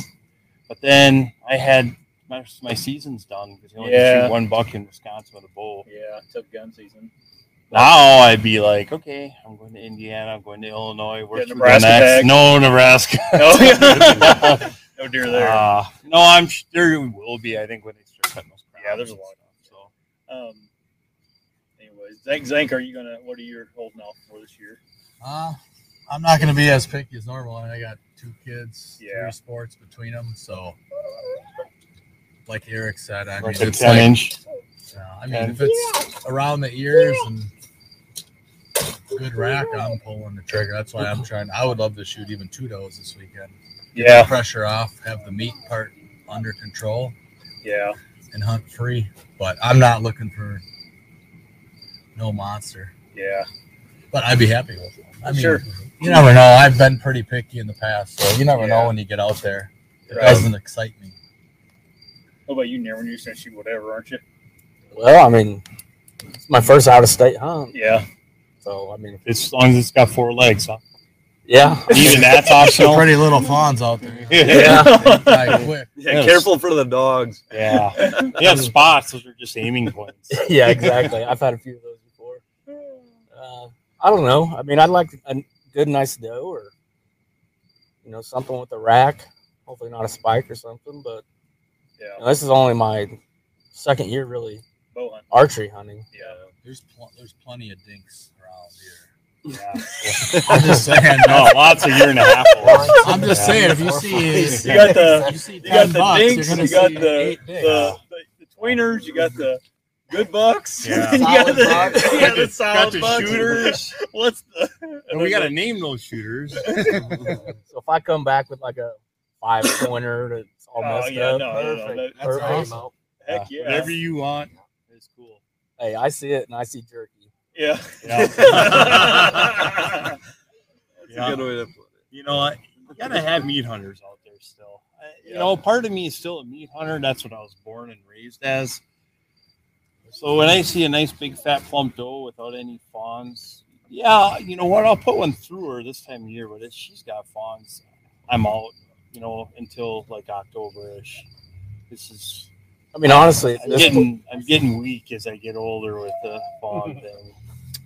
[SPEAKER 5] but then I had my, my season's done because you only yeah.
[SPEAKER 2] Yeah.
[SPEAKER 5] shoot one buck in Wisconsin with a bull.
[SPEAKER 2] Yeah, tough gun season.
[SPEAKER 5] Now I'd be like, okay, I'm going to Indiana, I'm going to Illinois, where's
[SPEAKER 2] Yeah,
[SPEAKER 5] yeah,
[SPEAKER 2] Nebraska tag.
[SPEAKER 5] No, Nebraska.
[SPEAKER 2] No, Oh, yeah. no deer there.
[SPEAKER 5] Uh, no, I'm sh- there will be. I think when they start cutting those. crowns
[SPEAKER 2] Yeah, there's a
[SPEAKER 5] and
[SPEAKER 2] lot of
[SPEAKER 5] stuff, So
[SPEAKER 2] um, anyways, Zank, Zank, are you gonna? What are you holding out for this year?
[SPEAKER 3] Uh, I'm not going to be as picky as normal. I, mean, I got two kids,
[SPEAKER 2] Yeah.
[SPEAKER 3] three sports between them. So, like Eric said, I mean,
[SPEAKER 5] like a
[SPEAKER 3] it's
[SPEAKER 5] ten
[SPEAKER 3] like,
[SPEAKER 5] inch.
[SPEAKER 3] uh, I mean, if it's around the ears and good rack, I'm pulling the trigger. That's why I'm trying. I would love to shoot even two does this weekend.
[SPEAKER 2] Yeah,
[SPEAKER 3] Pressure off, have the meat part under control,
[SPEAKER 2] yeah,
[SPEAKER 3] and hunt free. But I'm not looking for no monster.
[SPEAKER 2] yeah.
[SPEAKER 3] but I'd be happy with it. I mean,
[SPEAKER 2] Sure.
[SPEAKER 3] you never know. I've been pretty picky in the past, so you never
[SPEAKER 2] Yeah.
[SPEAKER 3] know when you get out there. It
[SPEAKER 2] Right.
[SPEAKER 3] doesn't excite me.
[SPEAKER 2] What about you, Never? You're gonna shoot whatever, aren't you?
[SPEAKER 6] Well, I mean, it's my first out of state hunt,
[SPEAKER 2] Yeah,
[SPEAKER 6] so I mean,
[SPEAKER 5] As long as it's got four legs, huh?
[SPEAKER 6] yeah,
[SPEAKER 5] even that's
[SPEAKER 3] Some
[SPEAKER 5] optional.
[SPEAKER 3] pretty little fawns out there.
[SPEAKER 2] yeah.
[SPEAKER 3] Like, quick.
[SPEAKER 4] Yeah, careful for the dogs.
[SPEAKER 5] Yeah, they have spots. Those are just aiming points.
[SPEAKER 6] yeah, exactly. I've had a few of those before. Uh, I don't know. I mean, I'd like a good, nice doe, or you know, something with a rack. Hopefully, not a spike or something. But you know, this is only my second year really
[SPEAKER 2] Bow hunt.
[SPEAKER 6] archery hunting.
[SPEAKER 2] Yeah,
[SPEAKER 3] There's pl- there's plenty of dinks around here.
[SPEAKER 5] Yeah.
[SPEAKER 3] I'm just saying.
[SPEAKER 5] No, lots of year and a half olds.
[SPEAKER 3] I'm just saying. If you see,
[SPEAKER 2] you got the
[SPEAKER 3] you see
[SPEAKER 2] you got
[SPEAKER 3] 10
[SPEAKER 2] the
[SPEAKER 3] bucks,
[SPEAKER 2] dinks,
[SPEAKER 3] you're gonna
[SPEAKER 2] you got
[SPEAKER 3] see
[SPEAKER 2] the
[SPEAKER 3] eight dinks.
[SPEAKER 2] the, the the tweeners, you got the good bucks,
[SPEAKER 5] Yeah.
[SPEAKER 2] you got
[SPEAKER 3] Solid
[SPEAKER 2] the,
[SPEAKER 3] bucks.
[SPEAKER 2] you got the solid
[SPEAKER 5] Got the
[SPEAKER 2] bucks.
[SPEAKER 5] shooters.
[SPEAKER 2] What's the?
[SPEAKER 5] And we got to name those shooters.
[SPEAKER 6] So if I come back with like a five pointer, that's all
[SPEAKER 2] Oh,
[SPEAKER 6] messed
[SPEAKER 2] yeah,
[SPEAKER 6] up.
[SPEAKER 2] no, no, no,
[SPEAKER 6] perfect,
[SPEAKER 2] that-
[SPEAKER 3] that's
[SPEAKER 6] perfect.
[SPEAKER 3] awesome.
[SPEAKER 2] Heck yeah,
[SPEAKER 5] Whatever you want. It's cool.
[SPEAKER 6] Hey, I see it and I see jerky.
[SPEAKER 2] yeah.
[SPEAKER 5] Yeah.
[SPEAKER 4] That's
[SPEAKER 5] Yeah.
[SPEAKER 4] a good way to put it.
[SPEAKER 5] You know, what? you gotta have meat hunters out there still. I, You know, part of me is still a meat hunter. That's what I was born and raised as. So when I see a nice big fat plump doe without any fawns, yeah, you know what? I'll put one through her this time of year, but if she's got fawns, I'm out. You know, until like October ish. This is.
[SPEAKER 6] I mean, honestly,
[SPEAKER 5] I'm
[SPEAKER 6] this-
[SPEAKER 5] getting I'm getting weak as I get older with the fog thing.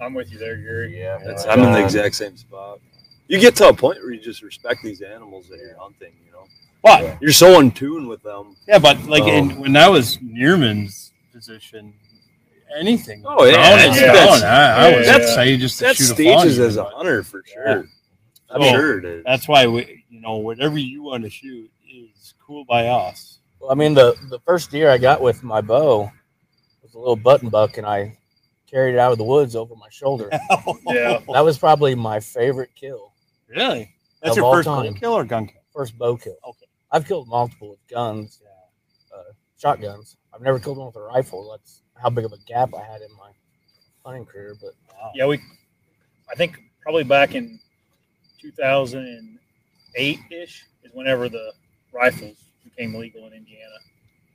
[SPEAKER 2] I'm with you there, Gary. Yeah,
[SPEAKER 4] That's, I'm in the exact same spot. You get to a point where you just respect these animals that you're hunting. You know,
[SPEAKER 5] But
[SPEAKER 4] you're so in tune with them.
[SPEAKER 5] yeah, but like
[SPEAKER 4] Oh.
[SPEAKER 5] in, when I was Neerman's position, anything.
[SPEAKER 4] Oh, yeah.
[SPEAKER 5] brown
[SPEAKER 4] That's-
[SPEAKER 5] is brown.
[SPEAKER 4] that's-
[SPEAKER 5] I, I was
[SPEAKER 4] that's-
[SPEAKER 5] excited just to
[SPEAKER 4] That
[SPEAKER 5] shoot a
[SPEAKER 4] stages
[SPEAKER 5] fawn,
[SPEAKER 4] as a
[SPEAKER 5] but-
[SPEAKER 4] hunter for sure.
[SPEAKER 5] Yeah.
[SPEAKER 4] I'm
[SPEAKER 5] So,
[SPEAKER 4] sure it is.
[SPEAKER 5] That's why we, you know, whatever you want to shoot is cool by us.
[SPEAKER 6] Well, I mean, the the first deer I got with my bow was a little button buck, and I carried it out of the woods over my shoulder.
[SPEAKER 2] Yeah.
[SPEAKER 6] that was probably my favorite kill,
[SPEAKER 5] Really? That's
[SPEAKER 6] Of
[SPEAKER 5] your
[SPEAKER 6] all
[SPEAKER 5] first
[SPEAKER 6] time.
[SPEAKER 5] time. kill or gun kill?
[SPEAKER 6] first bow kill.
[SPEAKER 5] Okay.
[SPEAKER 6] I've killed multiple with guns, uh, shotguns. I've never killed one with a rifle. That's how big of a gap I had in my hunting career. But
[SPEAKER 5] Wow.
[SPEAKER 2] Yeah, we. I think probably back in 2008 ish is whenever the rifles became legal in Indiana.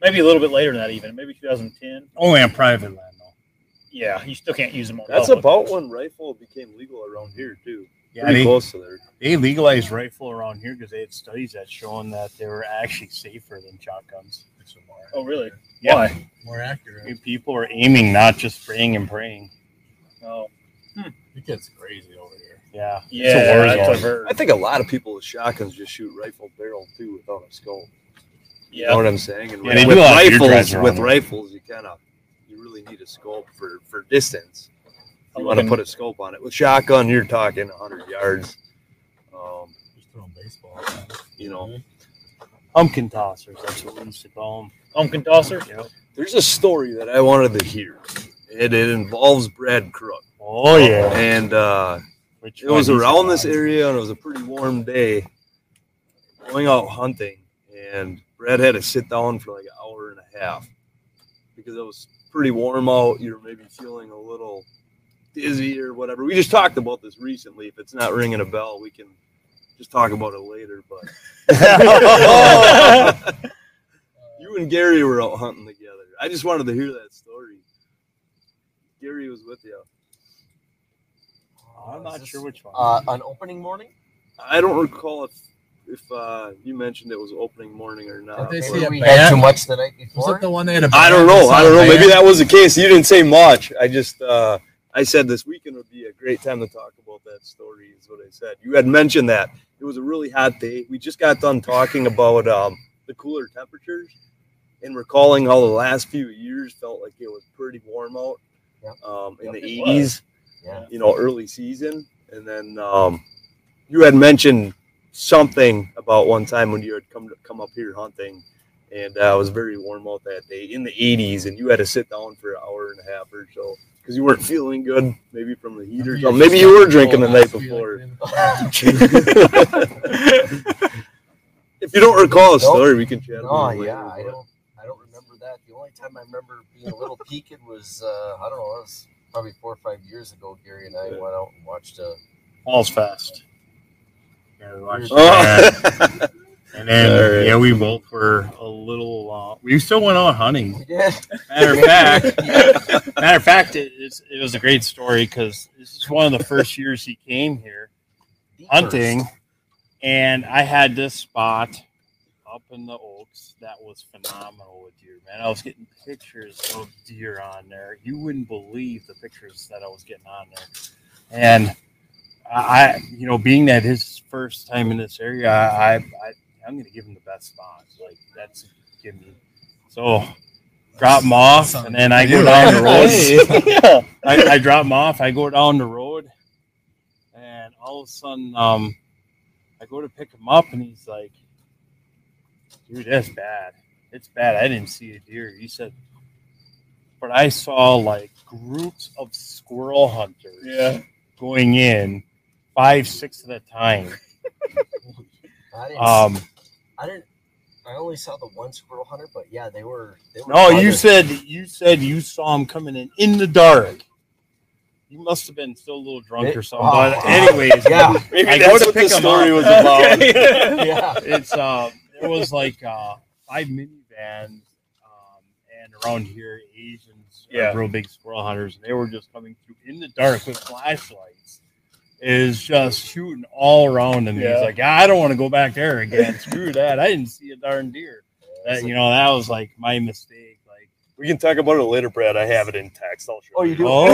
[SPEAKER 2] Maybe a little bit later than that, even maybe 2010.
[SPEAKER 5] Only on Oh, private land, though.
[SPEAKER 2] Yeah, you still can't use them on.
[SPEAKER 4] That's
[SPEAKER 2] public.
[SPEAKER 4] about when rifle became legal around here too.
[SPEAKER 5] Yeah,
[SPEAKER 4] Pretty
[SPEAKER 5] they,
[SPEAKER 4] close to there.
[SPEAKER 5] they legalized rifle around here because they had studies that showing that they were actually safer than shotguns.
[SPEAKER 3] It's more,
[SPEAKER 2] Oh, really?
[SPEAKER 5] Yeah.
[SPEAKER 2] Why?
[SPEAKER 3] more
[SPEAKER 5] I
[SPEAKER 3] accurate.
[SPEAKER 5] mean, People are aiming, not just spraying and praying.
[SPEAKER 2] Oh,
[SPEAKER 3] It gets crazy over here.
[SPEAKER 5] Yeah,
[SPEAKER 2] yeah.
[SPEAKER 5] war
[SPEAKER 2] that's
[SPEAKER 5] zone.
[SPEAKER 2] a ver-
[SPEAKER 4] I think a lot of people with shotguns just shoot rifle barrel too without a scope. You know
[SPEAKER 2] yeah.
[SPEAKER 4] what I'm saying? And
[SPEAKER 5] Yeah, they
[SPEAKER 4] with
[SPEAKER 5] do a lot of deer
[SPEAKER 4] rifles,
[SPEAKER 5] drives around
[SPEAKER 4] with
[SPEAKER 5] there.
[SPEAKER 4] rifles, you kind of you really need a scope for for distance. You
[SPEAKER 2] I'm
[SPEAKER 4] want to
[SPEAKER 2] looking-
[SPEAKER 4] put a scope on it. With shotgun, you're talking 100 yards. Um,
[SPEAKER 3] Just throwing baseball.
[SPEAKER 4] you know,
[SPEAKER 5] pumpkin tossers. That's what we used to call
[SPEAKER 2] Pumpkin tosser.
[SPEAKER 5] them. Yep.
[SPEAKER 4] there's a story that I wanted to hear. It, it involves Brad Crook,
[SPEAKER 5] Oh yeah,
[SPEAKER 4] and uh,
[SPEAKER 5] Which
[SPEAKER 4] it
[SPEAKER 5] one
[SPEAKER 4] was
[SPEAKER 5] is
[SPEAKER 4] around this
[SPEAKER 5] on?
[SPEAKER 4] area, and it was a pretty warm day. Going out hunting, and Brad had to sit down for like an hour and a half because it was pretty warm out. You're maybe feeling a little dizzy or whatever. We just talked about this recently. If it's not ringing a bell, we can just talk about it later. But you and Gary were out hunting together. I just wanted to hear that story. Gary was with you.
[SPEAKER 5] I'm not sure which one.
[SPEAKER 9] Uh, on opening morning,
[SPEAKER 4] I don't recall if if uh, you mentioned it was opening morning or
[SPEAKER 9] Uh,
[SPEAKER 4] not.
[SPEAKER 3] they
[SPEAKER 9] maybe
[SPEAKER 3] see a
[SPEAKER 9] we
[SPEAKER 3] bat?
[SPEAKER 9] had too much the night
[SPEAKER 3] Was
[SPEAKER 9] before.
[SPEAKER 3] it the one they had a
[SPEAKER 4] I don't
[SPEAKER 3] band?
[SPEAKER 4] know.
[SPEAKER 3] They
[SPEAKER 4] I
[SPEAKER 3] saw
[SPEAKER 4] don't
[SPEAKER 3] a
[SPEAKER 4] know. Maybe
[SPEAKER 3] band?
[SPEAKER 4] that was the case. You didn't say much. I just uh, I said this weekend would be a great time to talk about that story. Is what I said. You had mentioned that it was a really hot day. We just got done talking about um, the cooler temperatures and recalling how the last few years felt like it was pretty warm out
[SPEAKER 9] Yeah.
[SPEAKER 4] um, in
[SPEAKER 2] Yep,
[SPEAKER 4] the
[SPEAKER 2] it
[SPEAKER 4] eighties.
[SPEAKER 9] Yeah.
[SPEAKER 4] You know, early season, and then um, you had mentioned something about one time when you had come come up here hunting and uh, it was very warm out that day in the 80s, and you had to sit down for an hour and a half or so because you weren't feeling good, maybe from the heat or something. Maybe you were drinking the night before. if you don't recall a story, we can chat.
[SPEAKER 9] No,
[SPEAKER 4] about it
[SPEAKER 9] Oh, yeah, I
[SPEAKER 4] later,
[SPEAKER 9] don't, I don't remember that. The only time I remember being a little peaked was, uh, I don't know, it was probably four or five years ago. Gary and I
[SPEAKER 4] Yeah.
[SPEAKER 9] went out and watched uh, a
[SPEAKER 5] Falls fast. Oh, Yeah, we watched
[SPEAKER 4] but-
[SPEAKER 5] that.
[SPEAKER 4] Oh.
[SPEAKER 5] And then
[SPEAKER 4] Alright.
[SPEAKER 5] yeah, we both were a little. Uh, we still went out hunting.
[SPEAKER 9] We did.
[SPEAKER 5] Matter of fact, matter of fact, it, it's, it was a great story because this is one of the first years he came here hunting, and I had this spot up in the oaks that was phenomenal with deer. Man, I was getting pictures of deer on there. You wouldn't believe the pictures that I was getting on there, and I, I you know, being that his first time in this area, I, I, I I'm going to give him the best spot. Like that's give me so drop him off, and then I go down the road. yeah, I, I drop him off. I go down the road, and all of a sudden, um, I go to pick him up, and he's like, "Dude, that's bad. It's bad. I didn't see a deer." He said, "But I saw like groups of squirrel hunters
[SPEAKER 2] Yeah.
[SPEAKER 5] going in, five, six at a time."
[SPEAKER 9] I didn't,
[SPEAKER 5] Um,
[SPEAKER 9] I didn't, I only saw the one squirrel hunter, but yeah, they were. They were
[SPEAKER 5] No, Oh, you
[SPEAKER 9] others.
[SPEAKER 5] said you said you saw him coming in in the dark. You must have been still a little drunk
[SPEAKER 9] It-
[SPEAKER 5] or something.
[SPEAKER 9] oh,
[SPEAKER 5] but anyways,
[SPEAKER 9] Yeah,
[SPEAKER 4] Maybe
[SPEAKER 5] I go
[SPEAKER 4] that's
[SPEAKER 5] to
[SPEAKER 4] what
[SPEAKER 5] pick
[SPEAKER 4] the
[SPEAKER 5] him
[SPEAKER 4] story
[SPEAKER 5] up.
[SPEAKER 4] was about.
[SPEAKER 9] yeah.
[SPEAKER 5] it's uh, there was like uh, five minivans, um, and around here Asians
[SPEAKER 2] Yeah.
[SPEAKER 5] are real big squirrel hunters, and they were just coming through in the dark with flashlights. Is just shooting all around him. "Ah,
[SPEAKER 2] Yeah.
[SPEAKER 5] He's like, I don't want to go back there again. Screw that. I didn't see a darn deer. That, you know, that was like my mistake. Like
[SPEAKER 4] we can talk about it later, Brad. I have it in text. I'll show
[SPEAKER 5] Oh, you do?
[SPEAKER 4] Oh.
[SPEAKER 5] Oh.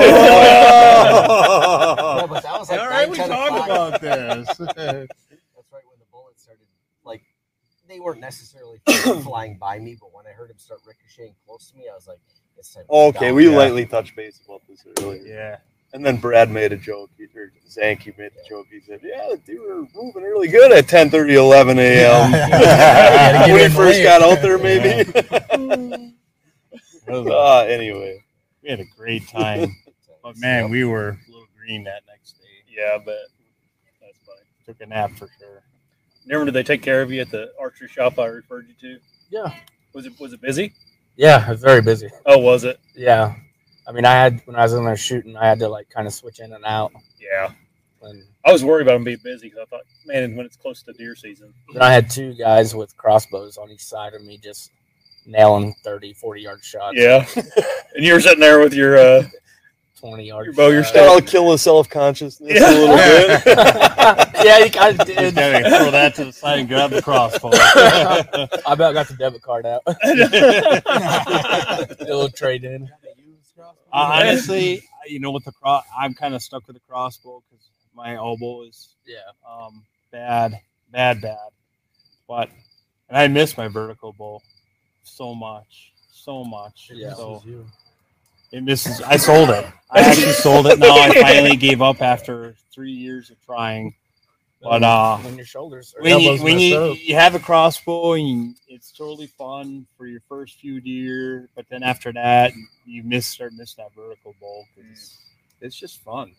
[SPEAKER 9] yeah, but that was like
[SPEAKER 5] All right, we
[SPEAKER 9] nine, 10
[SPEAKER 5] talked
[SPEAKER 9] o'clock.
[SPEAKER 5] about this.
[SPEAKER 9] That's right when the bullets started. Like they weren't necessarily flying by me, but when I heard them start ricocheting close to me, I was like, "It's time." to
[SPEAKER 4] Okay,
[SPEAKER 9] stop.
[SPEAKER 4] we
[SPEAKER 9] Yeah.
[SPEAKER 4] lightly touched base about this earlier.
[SPEAKER 5] Yeah.
[SPEAKER 4] And then Brad made a joke, he- or Zanky made a joke. He said, "Yeah, they were moving really good at 10:30, 11 a.m.
[SPEAKER 5] Gotta get
[SPEAKER 4] when
[SPEAKER 5] in
[SPEAKER 4] he first
[SPEAKER 5] late.
[SPEAKER 4] got out there, maybe."
[SPEAKER 5] That was a-
[SPEAKER 4] Ah, anyway,
[SPEAKER 5] we had a great time, but man, we were a little green that next day.
[SPEAKER 2] Yeah, but that's funny.
[SPEAKER 5] Took a nap for sure.
[SPEAKER 2] Remember, did they take care of you at the archery shop I referred you to?
[SPEAKER 6] Yeah.
[SPEAKER 2] Was it was it busy?
[SPEAKER 6] Yeah, I was very busy.
[SPEAKER 2] Oh, was it?
[SPEAKER 6] Yeah. I mean, I had, when I was in there shooting, I had to like kind of switch in and out.
[SPEAKER 2] Yeah.
[SPEAKER 6] And
[SPEAKER 2] I was worried about them being busy because I thought, man, when it's close to deer season,
[SPEAKER 6] then I had two guys with crossbows on each side of me just nailing 30, 40 yard shots.
[SPEAKER 2] Yeah. and you were sitting there with your uh,
[SPEAKER 6] 20 yard
[SPEAKER 2] Your bow, your
[SPEAKER 6] shots.
[SPEAKER 4] Uh, that'll kill the self consciousness a little bit.
[SPEAKER 6] yeah, you kind of
[SPEAKER 5] Just
[SPEAKER 6] did.
[SPEAKER 5] gotta throw that to the side and grab the crossbow.
[SPEAKER 6] I about got the debit card out.
[SPEAKER 5] Uh,
[SPEAKER 6] It'll trade in.
[SPEAKER 5] honestly, I- you know, with the cross, I'm kind of stuck with the crossbow because my elbow is
[SPEAKER 6] Yeah.
[SPEAKER 5] um, bad, bad, bad. But and I miss my vertical bow so much, so much.
[SPEAKER 6] Yeah.
[SPEAKER 5] So it misses. I sold it. I actually sold it. Now I finally gave up after three years of trying. But uh,
[SPEAKER 6] when your shoulders are
[SPEAKER 5] when you,
[SPEAKER 6] elbows
[SPEAKER 5] when
[SPEAKER 6] messed
[SPEAKER 5] you,
[SPEAKER 6] up.
[SPEAKER 5] you have a crossbow and you- it's totally fun for your first few deer, but then after that you miss start miss that vertical bow 'cause
[SPEAKER 2] Mm.
[SPEAKER 5] it's, it's just fun.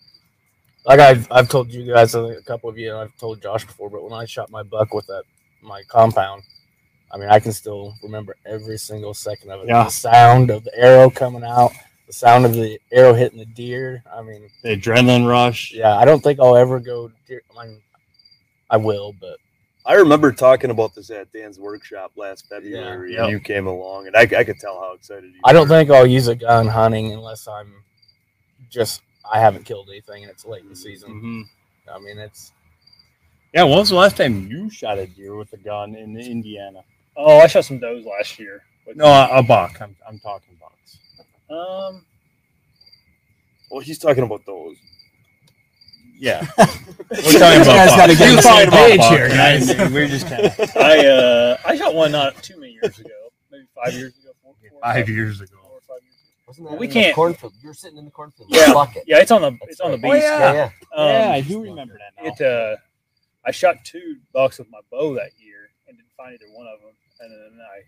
[SPEAKER 6] like I've, I've told you guys uh, a couple of you and I've told Josh before, but when I shot my buck with that my compound, I mean I can still remember every single second of it.
[SPEAKER 5] Yeah.
[SPEAKER 6] The sound of the arrow coming out, the sound of the arrow hitting the deer. I mean,
[SPEAKER 5] The adrenaline rush.
[SPEAKER 6] yeah, I don't think I'll ever go deer. I mean, I will, but
[SPEAKER 4] I remember talking about this at Dan's workshop last February,
[SPEAKER 5] Yeah.
[SPEAKER 4] and you came along, and I, I could tell how excited you.
[SPEAKER 6] I don't think I'll use a gun hunting unless I'm just I haven't killed anything and it's late in the season.
[SPEAKER 5] Mhm.
[SPEAKER 6] I mean, it's
[SPEAKER 5] Yeah, when was the last time you shot a deer with a gun in Indiana?
[SPEAKER 2] oh, I shot some does last year. But,
[SPEAKER 5] No, a, a buck. I'm, I'm talking bucks.
[SPEAKER 2] um,
[SPEAKER 4] Well, he's talking about those.
[SPEAKER 5] Yeah. We're talking
[SPEAKER 8] You guys
[SPEAKER 5] about bucks.
[SPEAKER 8] gotta get on
[SPEAKER 5] We're
[SPEAKER 8] the
[SPEAKER 5] talking
[SPEAKER 8] same
[SPEAKER 5] about
[SPEAKER 8] page
[SPEAKER 5] bucks,
[SPEAKER 8] here,
[SPEAKER 5] and I- We're just kind of
[SPEAKER 2] I uh, I shot one not too many years ago, maybe five years ago. Four, four or
[SPEAKER 5] five years
[SPEAKER 2] Four
[SPEAKER 5] ago.
[SPEAKER 2] or five years ago.
[SPEAKER 9] Wasn't
[SPEAKER 2] We
[SPEAKER 9] in
[SPEAKER 2] can't-
[SPEAKER 9] The cornfield. You're sitting in the cornfield.
[SPEAKER 2] Yeah.
[SPEAKER 9] Fuck it.
[SPEAKER 2] Yeah, it's on the it's on the beast.
[SPEAKER 5] Oh, yeah.
[SPEAKER 9] Yeah, yeah.
[SPEAKER 2] Um,
[SPEAKER 5] yeah, I do remember that. Now.
[SPEAKER 2] It uh, I shot two bucks with my bow that year and didn't find either one of them, and then I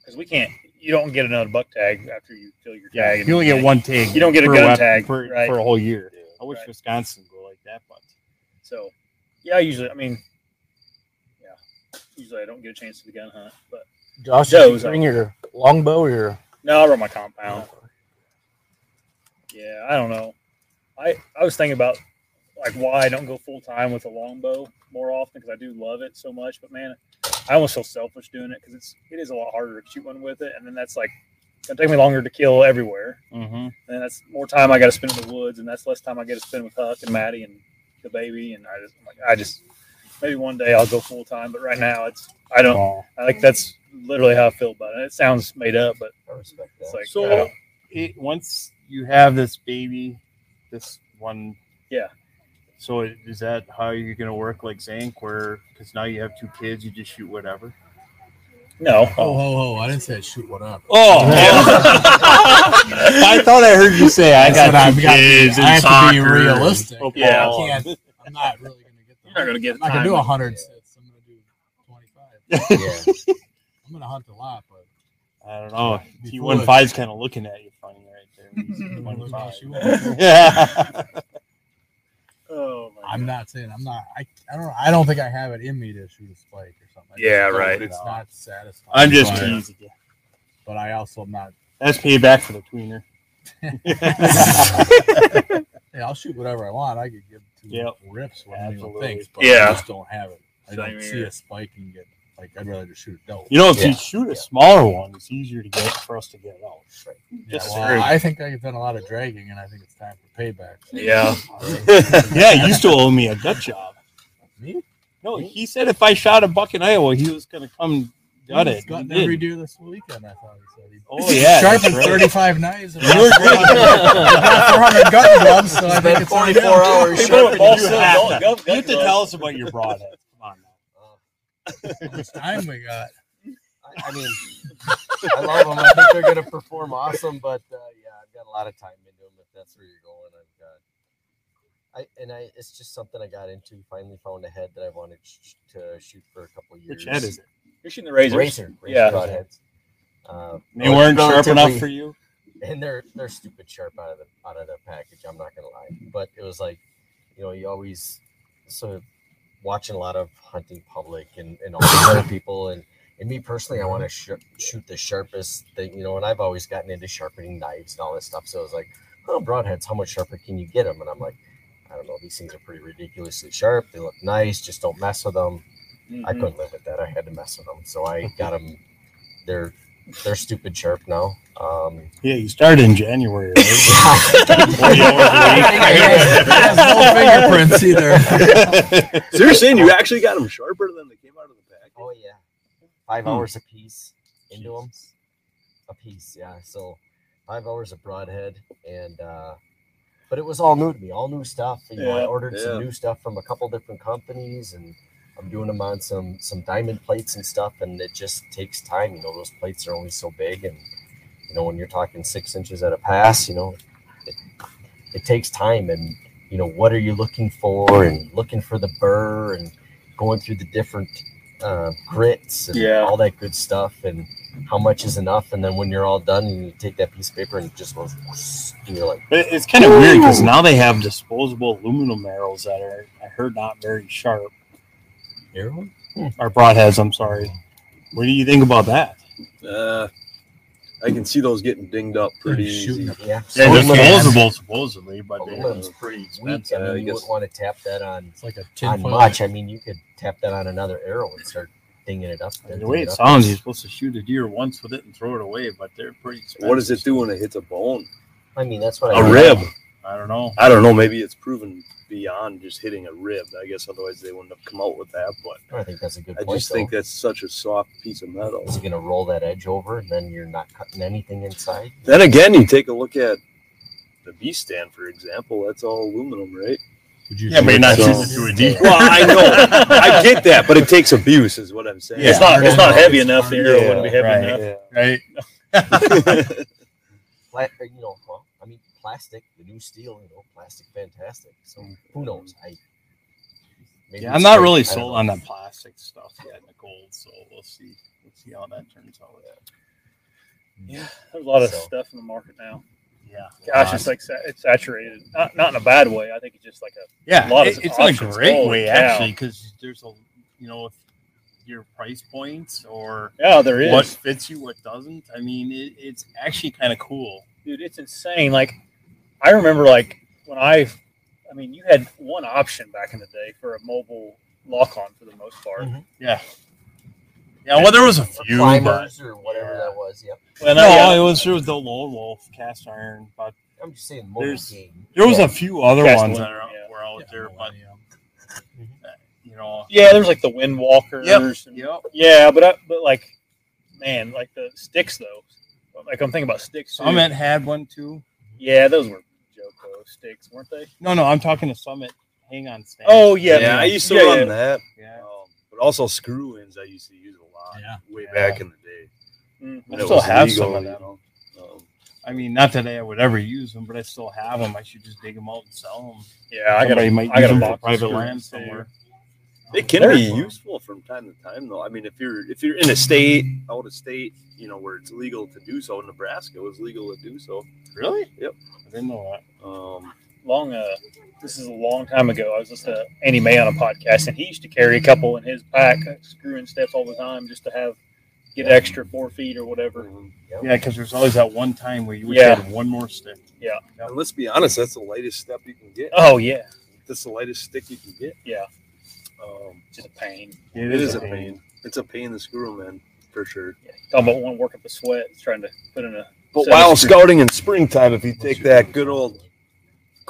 [SPEAKER 2] because we can't you don't get another buck tag after you kill your
[SPEAKER 5] yeah,
[SPEAKER 2] tag. and
[SPEAKER 5] you only get
[SPEAKER 2] everything.
[SPEAKER 5] one tag.
[SPEAKER 2] You don't get a
[SPEAKER 5] per
[SPEAKER 2] gun
[SPEAKER 5] weapon
[SPEAKER 2] tag,
[SPEAKER 5] for,
[SPEAKER 2] right.
[SPEAKER 5] for a whole year. I wish
[SPEAKER 2] Right.
[SPEAKER 5] Wisconsin would go like that, but
[SPEAKER 2] So yeah, I usually I mean yeah, usually I don't get a chance to the gun hunt, but
[SPEAKER 6] Josh.
[SPEAKER 2] Joe's
[SPEAKER 6] Did you bring your longbow or your
[SPEAKER 2] no, I run my compound. Yeah, I don't know. I I was thinking about like why I don't go full time with a longbow more often because I do love it so much. But man, I almost feel selfish doing it because it's it is a lot harder to shoot one with it, and then that's like it's gonna take me longer to kill everywhere,
[SPEAKER 5] Mm-hmm.
[SPEAKER 2] and then that's more time I got to spend in the woods, and that's less time I get to spend with Huck and Maddie and the baby, and I just I'm like I just maybe one day I'll go full time, but right now it's I don't
[SPEAKER 5] Oh.
[SPEAKER 2] I like that's literally how I feel about it. It sounds made up, but
[SPEAKER 9] I respect
[SPEAKER 2] it's
[SPEAKER 9] that.
[SPEAKER 2] like I
[SPEAKER 5] so
[SPEAKER 2] don't-
[SPEAKER 5] it, once you have this baby, this one.
[SPEAKER 2] Yeah.
[SPEAKER 5] So it- is that how you're going to work like Zank, where because now you have two kids, you just shoot whatever?
[SPEAKER 2] no.
[SPEAKER 3] Oh, ho, ho. I didn't say shoot one up.
[SPEAKER 5] Oh,
[SPEAKER 2] Yeah.
[SPEAKER 5] I thought I heard you say I
[SPEAKER 3] That's
[SPEAKER 5] got
[SPEAKER 3] what I've
[SPEAKER 5] two
[SPEAKER 3] got to do.
[SPEAKER 5] kids
[SPEAKER 3] I
[SPEAKER 5] and
[SPEAKER 3] have to be
[SPEAKER 5] soccer and
[SPEAKER 3] realistic.
[SPEAKER 5] football.
[SPEAKER 2] Yeah.
[SPEAKER 3] I can't. I'm not really going to get
[SPEAKER 2] You're not
[SPEAKER 3] the.
[SPEAKER 2] gonna get.
[SPEAKER 3] I can
[SPEAKER 2] time.
[SPEAKER 3] do 100 sits. I'm going to do 25.
[SPEAKER 9] yeah.
[SPEAKER 3] I'm going to hunt a lot, but
[SPEAKER 5] I don't know.
[SPEAKER 3] Be
[SPEAKER 5] T one five's kind of looking at you funny right there. when you say
[SPEAKER 3] I'm gonna
[SPEAKER 5] 25.
[SPEAKER 3] shoot one.
[SPEAKER 5] yeah.
[SPEAKER 2] Oh my
[SPEAKER 3] I'm not saying I'm not. I, I don't. I don't think I have it in me to shoot a spike or something. I just
[SPEAKER 2] Yeah,
[SPEAKER 3] don't,
[SPEAKER 2] right.
[SPEAKER 3] It's not satisfying.
[SPEAKER 5] I'm just
[SPEAKER 3] But-
[SPEAKER 5] teasing you.
[SPEAKER 3] But I also am not.
[SPEAKER 5] That's payback for the tweener.
[SPEAKER 3] Hey, I'll shoot whatever I want. I could give two
[SPEAKER 5] Yep.
[SPEAKER 3] rips what anyone
[SPEAKER 5] Absolutely.
[SPEAKER 3] thinks, but
[SPEAKER 2] Yeah.
[SPEAKER 3] I just don't have it. I
[SPEAKER 2] Same
[SPEAKER 3] don't see
[SPEAKER 2] here.
[SPEAKER 3] a spike and get like. I'd rather just shoot a doe.
[SPEAKER 5] you know, if you
[SPEAKER 9] Yeah.
[SPEAKER 5] shoot a smaller one, it's easier to get for us to get it out.
[SPEAKER 3] Yeah,
[SPEAKER 5] Just
[SPEAKER 3] well, I think I've done a lot of dragging, and I think it's time for payback.
[SPEAKER 2] Yeah.
[SPEAKER 5] Yeah, you used to owe me a gut job.
[SPEAKER 3] Me?
[SPEAKER 5] No, he said if I shot a buck in Iowa, he was going to come gutted.
[SPEAKER 3] He's gutting
[SPEAKER 5] He did.
[SPEAKER 3] every deer this weekend. I thought he said. He
[SPEAKER 5] Oh, yeah, that's
[SPEAKER 3] sharpened
[SPEAKER 5] right.
[SPEAKER 3] 35 knives. and
[SPEAKER 5] You were-
[SPEAKER 3] 400 gun gloves. So I
[SPEAKER 5] Spent
[SPEAKER 3] think it's
[SPEAKER 5] 44
[SPEAKER 3] on him.
[SPEAKER 5] hours People sharpening don't your have gun- gun- gun You have to gloves. tell us about your broadhead. Come
[SPEAKER 3] on. How much time we got?
[SPEAKER 9] I, I mean, I love them. I think they're going to perform awesome, but uh, yeah, I've got a lot of time into them. If that's where you're going, I've got. I and I, it's just something I got into. Finally found a head that I wanted sh- to shoot for a couple
[SPEAKER 5] Which
[SPEAKER 9] years.
[SPEAKER 5] head is it?
[SPEAKER 9] You're shooting
[SPEAKER 2] the razors.
[SPEAKER 9] Razor, razor
[SPEAKER 2] Yeah.
[SPEAKER 9] broadheads. Uh,
[SPEAKER 5] They weren't sharp enough
[SPEAKER 9] relatively-
[SPEAKER 5] for you?
[SPEAKER 9] and they're they're stupid sharp out of the out of the package. I'm not gonna lie, but it was like, you know, you always so watching a lot of hunting public and and all these other people and and me personally, I want to sh- shoot the sharpest thing, you know. And I've always gotten into sharpening knives and all this stuff, so I was like, oh, broadheads, how much sharper can you get them? And I'm like, I don't know, these things are pretty ridiculously sharp. They look nice, just don't mess with them. I
[SPEAKER 2] Mhm.
[SPEAKER 9] couldn't live with that. I had to mess with them, so I got them. They're they're stupid sharp now. Um,
[SPEAKER 5] Yeah, you started in January. Right?
[SPEAKER 4] so you're saying you actually got them sharper than they came out of the package?
[SPEAKER 9] Oh yeah, five
[SPEAKER 4] Hmm.
[SPEAKER 9] hours a piece into them. A piece, yeah. So five hours of broadhead, and uh, but it was all new to me, all new stuff. You know, I
[SPEAKER 2] Yeah,
[SPEAKER 9] ordered some
[SPEAKER 2] yeah.
[SPEAKER 9] new stuff from a couple different companies, and I'm doing them on some some diamond plates and stuff, and it just takes time. You know, those plates are only so big, and you know when you're talking six inches at a pass, you know, it, it takes time, and you know what are you looking for, and looking for the burr, and going through the different uh, grits and
[SPEAKER 2] Yeah.
[SPEAKER 9] all that good stuff and how much is enough and then when you're all done and you take that piece of paper and it just goes whoosh, and you're like
[SPEAKER 5] It- It's kind of weird because now they have disposable aluminum arrows that are, I heard, not very sharp.
[SPEAKER 9] Arrow?
[SPEAKER 5] Or broadheads, I'm sorry. What do you think about that?
[SPEAKER 4] Uh, I can see those getting dinged up pretty easy.
[SPEAKER 9] yeah
[SPEAKER 5] Yeah,
[SPEAKER 9] So
[SPEAKER 5] disposable, supposedly, but they
[SPEAKER 9] aluminum's
[SPEAKER 5] are
[SPEAKER 9] pretty
[SPEAKER 5] pretty
[SPEAKER 4] Uh,
[SPEAKER 9] weak. I
[SPEAKER 5] expensive.
[SPEAKER 9] mean,
[SPEAKER 5] I
[SPEAKER 9] you
[SPEAKER 5] guess.
[SPEAKER 9] wouldn't want to tap that on
[SPEAKER 3] like a
[SPEAKER 9] on
[SPEAKER 5] foil.
[SPEAKER 9] much. I mean, you could tap that on another arrow and start dinging it up.
[SPEAKER 5] The way
[SPEAKER 9] dinging
[SPEAKER 5] it
[SPEAKER 9] up.
[SPEAKER 5] sounds, you're supposed to shoot a deer once with it and throw it away, but they're pretty expensive.
[SPEAKER 4] What does it do when it hits a bone?
[SPEAKER 9] I mean, that's what
[SPEAKER 4] A
[SPEAKER 9] I mean.
[SPEAKER 4] rib.
[SPEAKER 5] I don't know.
[SPEAKER 4] I don't know. Maybe it's proven beyond just hitting a rib. I guess otherwise they wouldn't have come out with that. But
[SPEAKER 9] I think that's a good
[SPEAKER 4] I
[SPEAKER 9] point,
[SPEAKER 4] just think
[SPEAKER 9] though.
[SPEAKER 4] that's such a soft piece of metal.
[SPEAKER 9] Is it going to roll that edge over and then you're not cutting anything inside?
[SPEAKER 4] Then again, you take a look at the B stand, for example. That's all aluminum, right?
[SPEAKER 5] Yeah, but you're not shooting
[SPEAKER 4] So-
[SPEAKER 5] through a deer.
[SPEAKER 4] Well, I know. I get that, but it takes abuse, is what I'm saying.
[SPEAKER 2] Yeah, it's not- it's not heavy enough. The arrow wouldn't be heavy
[SPEAKER 4] right,
[SPEAKER 2] enough.
[SPEAKER 5] Right.
[SPEAKER 9] Pla- uh, you know, well, I mean, plastic, the new steel, you know, plastic, fantastic. So
[SPEAKER 8] Mm.
[SPEAKER 9] who knows? I maybe
[SPEAKER 5] Yeah, I'm
[SPEAKER 9] it's
[SPEAKER 5] not
[SPEAKER 9] great. I
[SPEAKER 5] really
[SPEAKER 9] don't
[SPEAKER 5] sold
[SPEAKER 9] know.
[SPEAKER 5] on that plastic stuff yet, Nicole. So we'll see. We'll see how that turns out.
[SPEAKER 2] Yeah, there's a lot of
[SPEAKER 5] So-
[SPEAKER 2] stuff in the market now.
[SPEAKER 5] Yeah.
[SPEAKER 2] Gosh, it's like sa- it's saturated. Not, not in a bad way. I think it's just like a
[SPEAKER 5] Yeah,
[SPEAKER 2] A lot
[SPEAKER 5] it-
[SPEAKER 2] of
[SPEAKER 5] it's in a
[SPEAKER 2] options.
[SPEAKER 5] great
[SPEAKER 2] Holy
[SPEAKER 5] way
[SPEAKER 2] cow.
[SPEAKER 5] actually because there's a you know if your price points or
[SPEAKER 2] Yeah, there is.
[SPEAKER 5] what fits you, what doesn't. I mean, it, it's actually kind of cool.
[SPEAKER 2] dude, it's insane. Like I remember, like when I, I mean, you had one option back in the day for a mobile lock on for the most part.
[SPEAKER 5] Yeah. Yeah, well, there was a few,
[SPEAKER 9] climbers or whatever that was. Yep.
[SPEAKER 5] Well, no, it was through the low wolf cast iron, but
[SPEAKER 9] I'm just saying, mobile
[SPEAKER 5] there's
[SPEAKER 9] game.
[SPEAKER 5] there was
[SPEAKER 9] Yeah.
[SPEAKER 5] a few other
[SPEAKER 2] Cast
[SPEAKER 5] ones
[SPEAKER 2] iron,
[SPEAKER 5] that are, were out there, but uh, you know,
[SPEAKER 2] Yeah, there's like the wind walkers. and-
[SPEAKER 5] Yep.
[SPEAKER 2] Yeah, but I, but like, man, like the sticks though. Like I'm thinking about sticks. Too.
[SPEAKER 5] Summit had one too.
[SPEAKER 2] Yeah, those were Joko sticks, weren't they?
[SPEAKER 5] No, no, I'm talking to Summit. Hang on, stand.
[SPEAKER 2] Oh, yeah,
[SPEAKER 4] yeah, I used to
[SPEAKER 2] Yeah,
[SPEAKER 4] run
[SPEAKER 2] yeah.
[SPEAKER 4] that.
[SPEAKER 5] Yeah.
[SPEAKER 4] Um, but also screw ins, I used to use a lot.
[SPEAKER 5] Yeah.
[SPEAKER 4] way
[SPEAKER 5] Yeah.
[SPEAKER 4] back in the day.
[SPEAKER 2] Mm.
[SPEAKER 4] When
[SPEAKER 5] I
[SPEAKER 4] it
[SPEAKER 5] still
[SPEAKER 4] was
[SPEAKER 5] have
[SPEAKER 4] legal,
[SPEAKER 5] some of
[SPEAKER 4] you
[SPEAKER 5] them.
[SPEAKER 4] know. Um,
[SPEAKER 5] I mean, not that I would ever use them, but I still have them. I should just dig them out and sell them.
[SPEAKER 2] Yeah, I got
[SPEAKER 5] Somebody
[SPEAKER 2] a-
[SPEAKER 5] might
[SPEAKER 2] I got
[SPEAKER 5] use
[SPEAKER 2] a
[SPEAKER 5] 'em for
[SPEAKER 2] box of
[SPEAKER 5] private
[SPEAKER 2] screws
[SPEAKER 5] land
[SPEAKER 2] too.
[SPEAKER 5] somewhere.
[SPEAKER 4] It can
[SPEAKER 5] Very
[SPEAKER 4] be
[SPEAKER 5] fun.
[SPEAKER 4] useful Mm-hmm. from time to time, though. I mean, if you're if you're in a state, out of state, you know, where it's legal to do so. Nebraska was legal to do so.
[SPEAKER 5] Really?
[SPEAKER 4] Yep.
[SPEAKER 5] I didn't know that.
[SPEAKER 4] Um,
[SPEAKER 2] long uh this is a long time ago. I was listening to Andy May on a podcast and he used to carry a couple in his pack, screwing steps all the time just to have get extra four feet or whatever.
[SPEAKER 5] Mm-hmm. Yeah, because there's always that one time where you wish
[SPEAKER 2] Yeah.
[SPEAKER 5] you had one more stick.
[SPEAKER 2] Yeah.
[SPEAKER 4] And let's be honest, that's the lightest step you can get.
[SPEAKER 2] Oh yeah.
[SPEAKER 4] That's the lightest stick you can get.
[SPEAKER 2] Yeah.
[SPEAKER 4] Um,
[SPEAKER 2] Just a pain.
[SPEAKER 4] it is a pain. It's a pain in the screw, man, for sure.
[SPEAKER 2] Talking about one working up a sweat, trying to put in a
[SPEAKER 4] But
[SPEAKER 2] set of
[SPEAKER 4] while
[SPEAKER 2] screws.
[SPEAKER 4] scouting in springtime, if you take that good old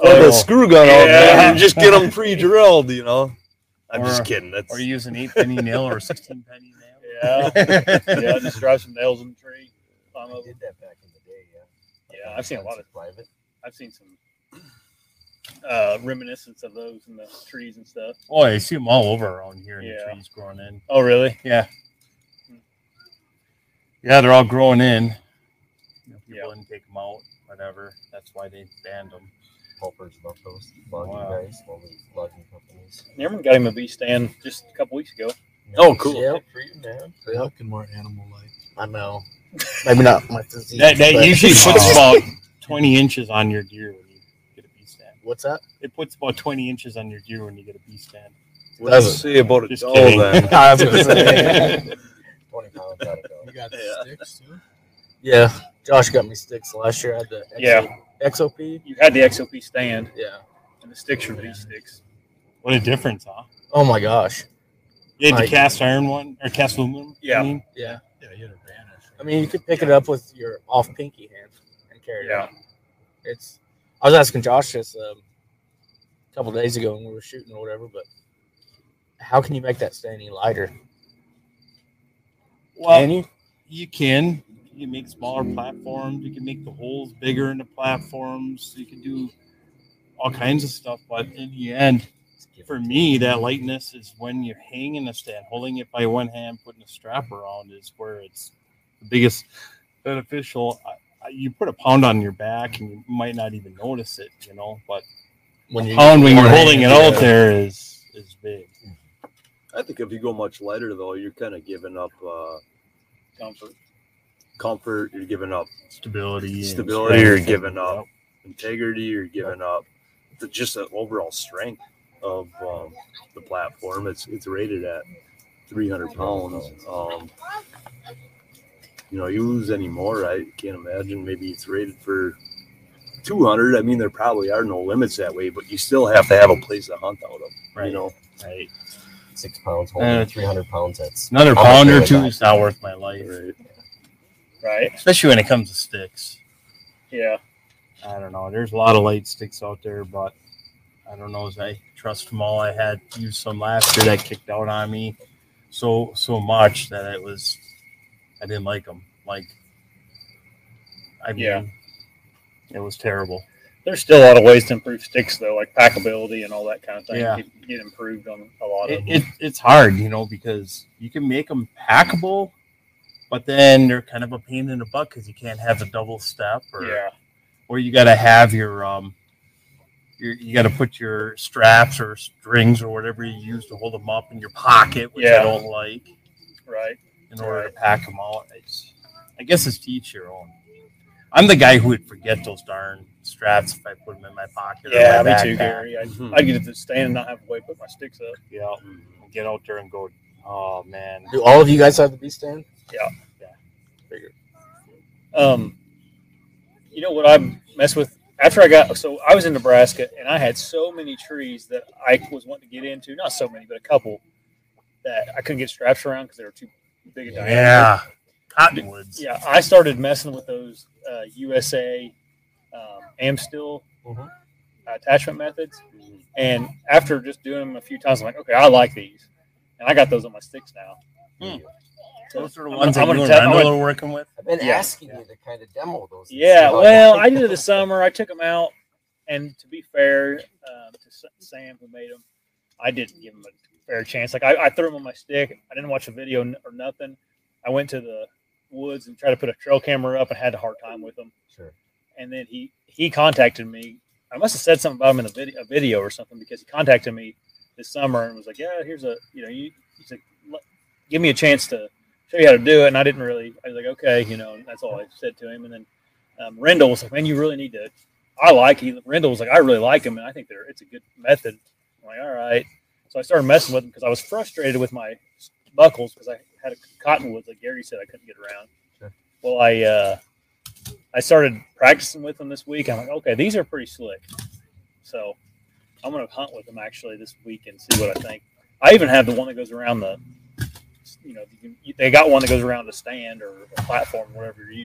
[SPEAKER 2] Oh.
[SPEAKER 4] Columbus screw gun out
[SPEAKER 2] Yeah.
[SPEAKER 4] there and just get them pre-drilled, you know. I'm
[SPEAKER 5] Or-
[SPEAKER 4] just kidding. That's
[SPEAKER 5] Or you use an eight penny nail or a sixteen penny nail.
[SPEAKER 2] Yeah, yeah. Just drive some nails in the tree. I did
[SPEAKER 9] that back in the day.
[SPEAKER 2] Yeah, yeah. I've seen a lot of
[SPEAKER 9] private.
[SPEAKER 2] I've seen some uh, reminiscence of those in the trees and stuff.
[SPEAKER 5] Oh, I see them all over around here in
[SPEAKER 2] Yeah.
[SPEAKER 5] the trees growing in.
[SPEAKER 2] Oh, really?
[SPEAKER 5] Yeah. Yeah, they're all growing in. You know, people didn't take them out, whatever. That's why they banned them.
[SPEAKER 9] Pulpers love those logging
[SPEAKER 5] Wow.
[SPEAKER 9] guys, logging, logging companies.
[SPEAKER 2] Cameron got him a bee stand just a couple weeks ago.
[SPEAKER 9] Oh, cool. Yep.
[SPEAKER 8] They're looking more animal like.
[SPEAKER 9] I know.
[SPEAKER 6] Maybe not my physique.
[SPEAKER 5] That, that
[SPEAKER 6] but-
[SPEAKER 5] usually puts about 20 inches on your deer when you get a bee stand.
[SPEAKER 6] What's that?
[SPEAKER 5] It puts about 20 inches on your deer when you get a bee stand.
[SPEAKER 4] Let's see about a
[SPEAKER 5] Just
[SPEAKER 4] doll
[SPEAKER 5] kidding.
[SPEAKER 4] then.
[SPEAKER 6] I was gonna say.
[SPEAKER 9] Twenty pounds out of
[SPEAKER 8] You got sticks too?
[SPEAKER 6] Yeah, Josh got me sticks last year. I had the XO,
[SPEAKER 2] Yeah.
[SPEAKER 6] XOP.
[SPEAKER 2] You had the XOP stand
[SPEAKER 6] Yeah.
[SPEAKER 2] and the sticks were bee sticks.
[SPEAKER 5] What a difference, huh?
[SPEAKER 6] Oh my gosh.
[SPEAKER 5] You had the
[SPEAKER 6] Like-
[SPEAKER 5] cast iron one or cast aluminum.
[SPEAKER 2] Yeah.
[SPEAKER 5] I mean.
[SPEAKER 6] Yeah.
[SPEAKER 8] Yeah, you had a vanish.
[SPEAKER 6] I mean, you could pick it up with your off pinky hand and carry it
[SPEAKER 2] Yeah.
[SPEAKER 6] out. It's. I was asking Josh this um, a couple days ago when we were shooting or whatever, but how can you make that stay any lighter?
[SPEAKER 5] Well,
[SPEAKER 6] can you?
[SPEAKER 5] you can. You can make smaller platforms. You can make the holes bigger in the platforms. You can do all kinds of stuff. But in the end, for me, that lightness is when you're hanging a stand, holding it by one hand, putting a strap around is where it's the biggest beneficial. I, I, you put a pound on your back and you might not even notice it, you know. But
[SPEAKER 6] When you
[SPEAKER 5] pound when you're
[SPEAKER 6] Right.
[SPEAKER 5] holding it out there is is big.
[SPEAKER 4] I think if you go much lighter though, you're kind of giving up uh,
[SPEAKER 2] Comfort.
[SPEAKER 4] comfort. You're giving up
[SPEAKER 5] Stability, and
[SPEAKER 4] Stability
[SPEAKER 5] strength
[SPEAKER 4] you're
[SPEAKER 5] and-
[SPEAKER 4] giving up. integrity. You're giving up the, just the overall strength of um, the platform. It's it's rated at 300 pounds. Um, you know, you lose any more. I can't imagine. Maybe it's rated for 200. I mean, there probably are no limits that way, but you still have to have a place to hunt out of.
[SPEAKER 5] Right.
[SPEAKER 4] You know,
[SPEAKER 5] Right.
[SPEAKER 9] six pounds holding
[SPEAKER 5] Uh,
[SPEAKER 9] three hundred pounds. That's
[SPEAKER 5] Another
[SPEAKER 9] I'll
[SPEAKER 5] pound or
[SPEAKER 9] play
[SPEAKER 5] two
[SPEAKER 9] with
[SPEAKER 5] is not worth my life,
[SPEAKER 4] right.
[SPEAKER 2] Right?
[SPEAKER 5] especially when it comes to sticks.
[SPEAKER 2] Yeah.
[SPEAKER 5] I don't know. There's a lot of light sticks out there, but I don't know if I trust them all. I had used some last year that kicked out on me so so much that it was I didn't like them. Like I mean,
[SPEAKER 2] Yeah.
[SPEAKER 5] it was terrible.
[SPEAKER 2] There's still a lot of ways to improve sticks though, like packability and all that kind of thing.
[SPEAKER 5] Yeah.
[SPEAKER 2] Get, get improved on a lot
[SPEAKER 5] It,
[SPEAKER 2] of them.
[SPEAKER 5] it, it's hard, you know, because you can make them packable, but then they're kind of a pain in the butt because you can't have the double step or
[SPEAKER 2] yeah.
[SPEAKER 5] or you got to have your um your, you got to put your straps or strings or whatever you use to hold them up in your pocket which
[SPEAKER 2] Yeah.
[SPEAKER 5] i don't like
[SPEAKER 2] Right.
[SPEAKER 5] in order to pack them out it's, i guess it's to each your own i'm the guy who would forget those darn straps if i put them in my pocket
[SPEAKER 2] Yeah,
[SPEAKER 5] or my
[SPEAKER 2] me too,
[SPEAKER 5] backpack.
[SPEAKER 2] Gary. I,
[SPEAKER 4] Mhm.
[SPEAKER 2] I get to the stand and not have a way to put my sticks up.
[SPEAKER 5] yeah Mm-hmm. get out there and go oh man
[SPEAKER 6] do all of you guys have the B stand?
[SPEAKER 2] Um, you know what I mess with after I got so I was in Nebraska and I had so many trees that I was wanting to get into. Not so many, but a couple that I couldn't get straps around because they were too big a diameter.
[SPEAKER 5] yeah cottonwoods
[SPEAKER 2] Yeah, I started messing with those uh, USA um, Amstil
[SPEAKER 9] Mhm.
[SPEAKER 2] attachment methods, and after just doing them a few times, I'm like, okay, I like these, and I got those on my sticks now. So
[SPEAKER 5] those are the
[SPEAKER 2] I'm
[SPEAKER 5] ones
[SPEAKER 2] gonna-
[SPEAKER 5] that
[SPEAKER 2] I'm gonna
[SPEAKER 5] you and
[SPEAKER 2] tell- I'm
[SPEAKER 5] Randall are
[SPEAKER 2] gonna-
[SPEAKER 5] working with
[SPEAKER 9] I've been
[SPEAKER 2] Yeah.
[SPEAKER 9] asking you to kind of demo those. and
[SPEAKER 2] Yeah,
[SPEAKER 9] see how-
[SPEAKER 2] well, I did it this summer. I took them out, and to be fair um, to S- Sam who made them, I didn't give them a fair chance. Like I, I threw them on my stick. I didn't watch a video n- or nothing. I went to the woods and tried to put a trail camera up and had a hard time with them.
[SPEAKER 9] Sure.
[SPEAKER 2] And then he he contacted me. I must have said something about him in a video, a video or something because he contacted me this summer and was like, "Yeah, here's a you know you he's like, "Let- give me a chance to show you how to do it." And I didn't really. I was like, "Okay, you know," and that's all I said to him. And then um, Rendell was like, "Man, you really need to." I like he Rendell was like, "I really like him, and I think they're it's a good method." I'm like, "All right." So I started messing with them because I was frustrated with my buckles because I had a cottonwoods, like Gary said, I couldn't get around.
[SPEAKER 9] Sure.
[SPEAKER 2] Well, I uh, I started practicing with them this week. I'm like, okay, these are pretty slick. So I'm gonna hunt with them actually this week and see what I think. I even have the one that goes around the, you know, you can, they got one that goes around a stand or a platform, whatever you.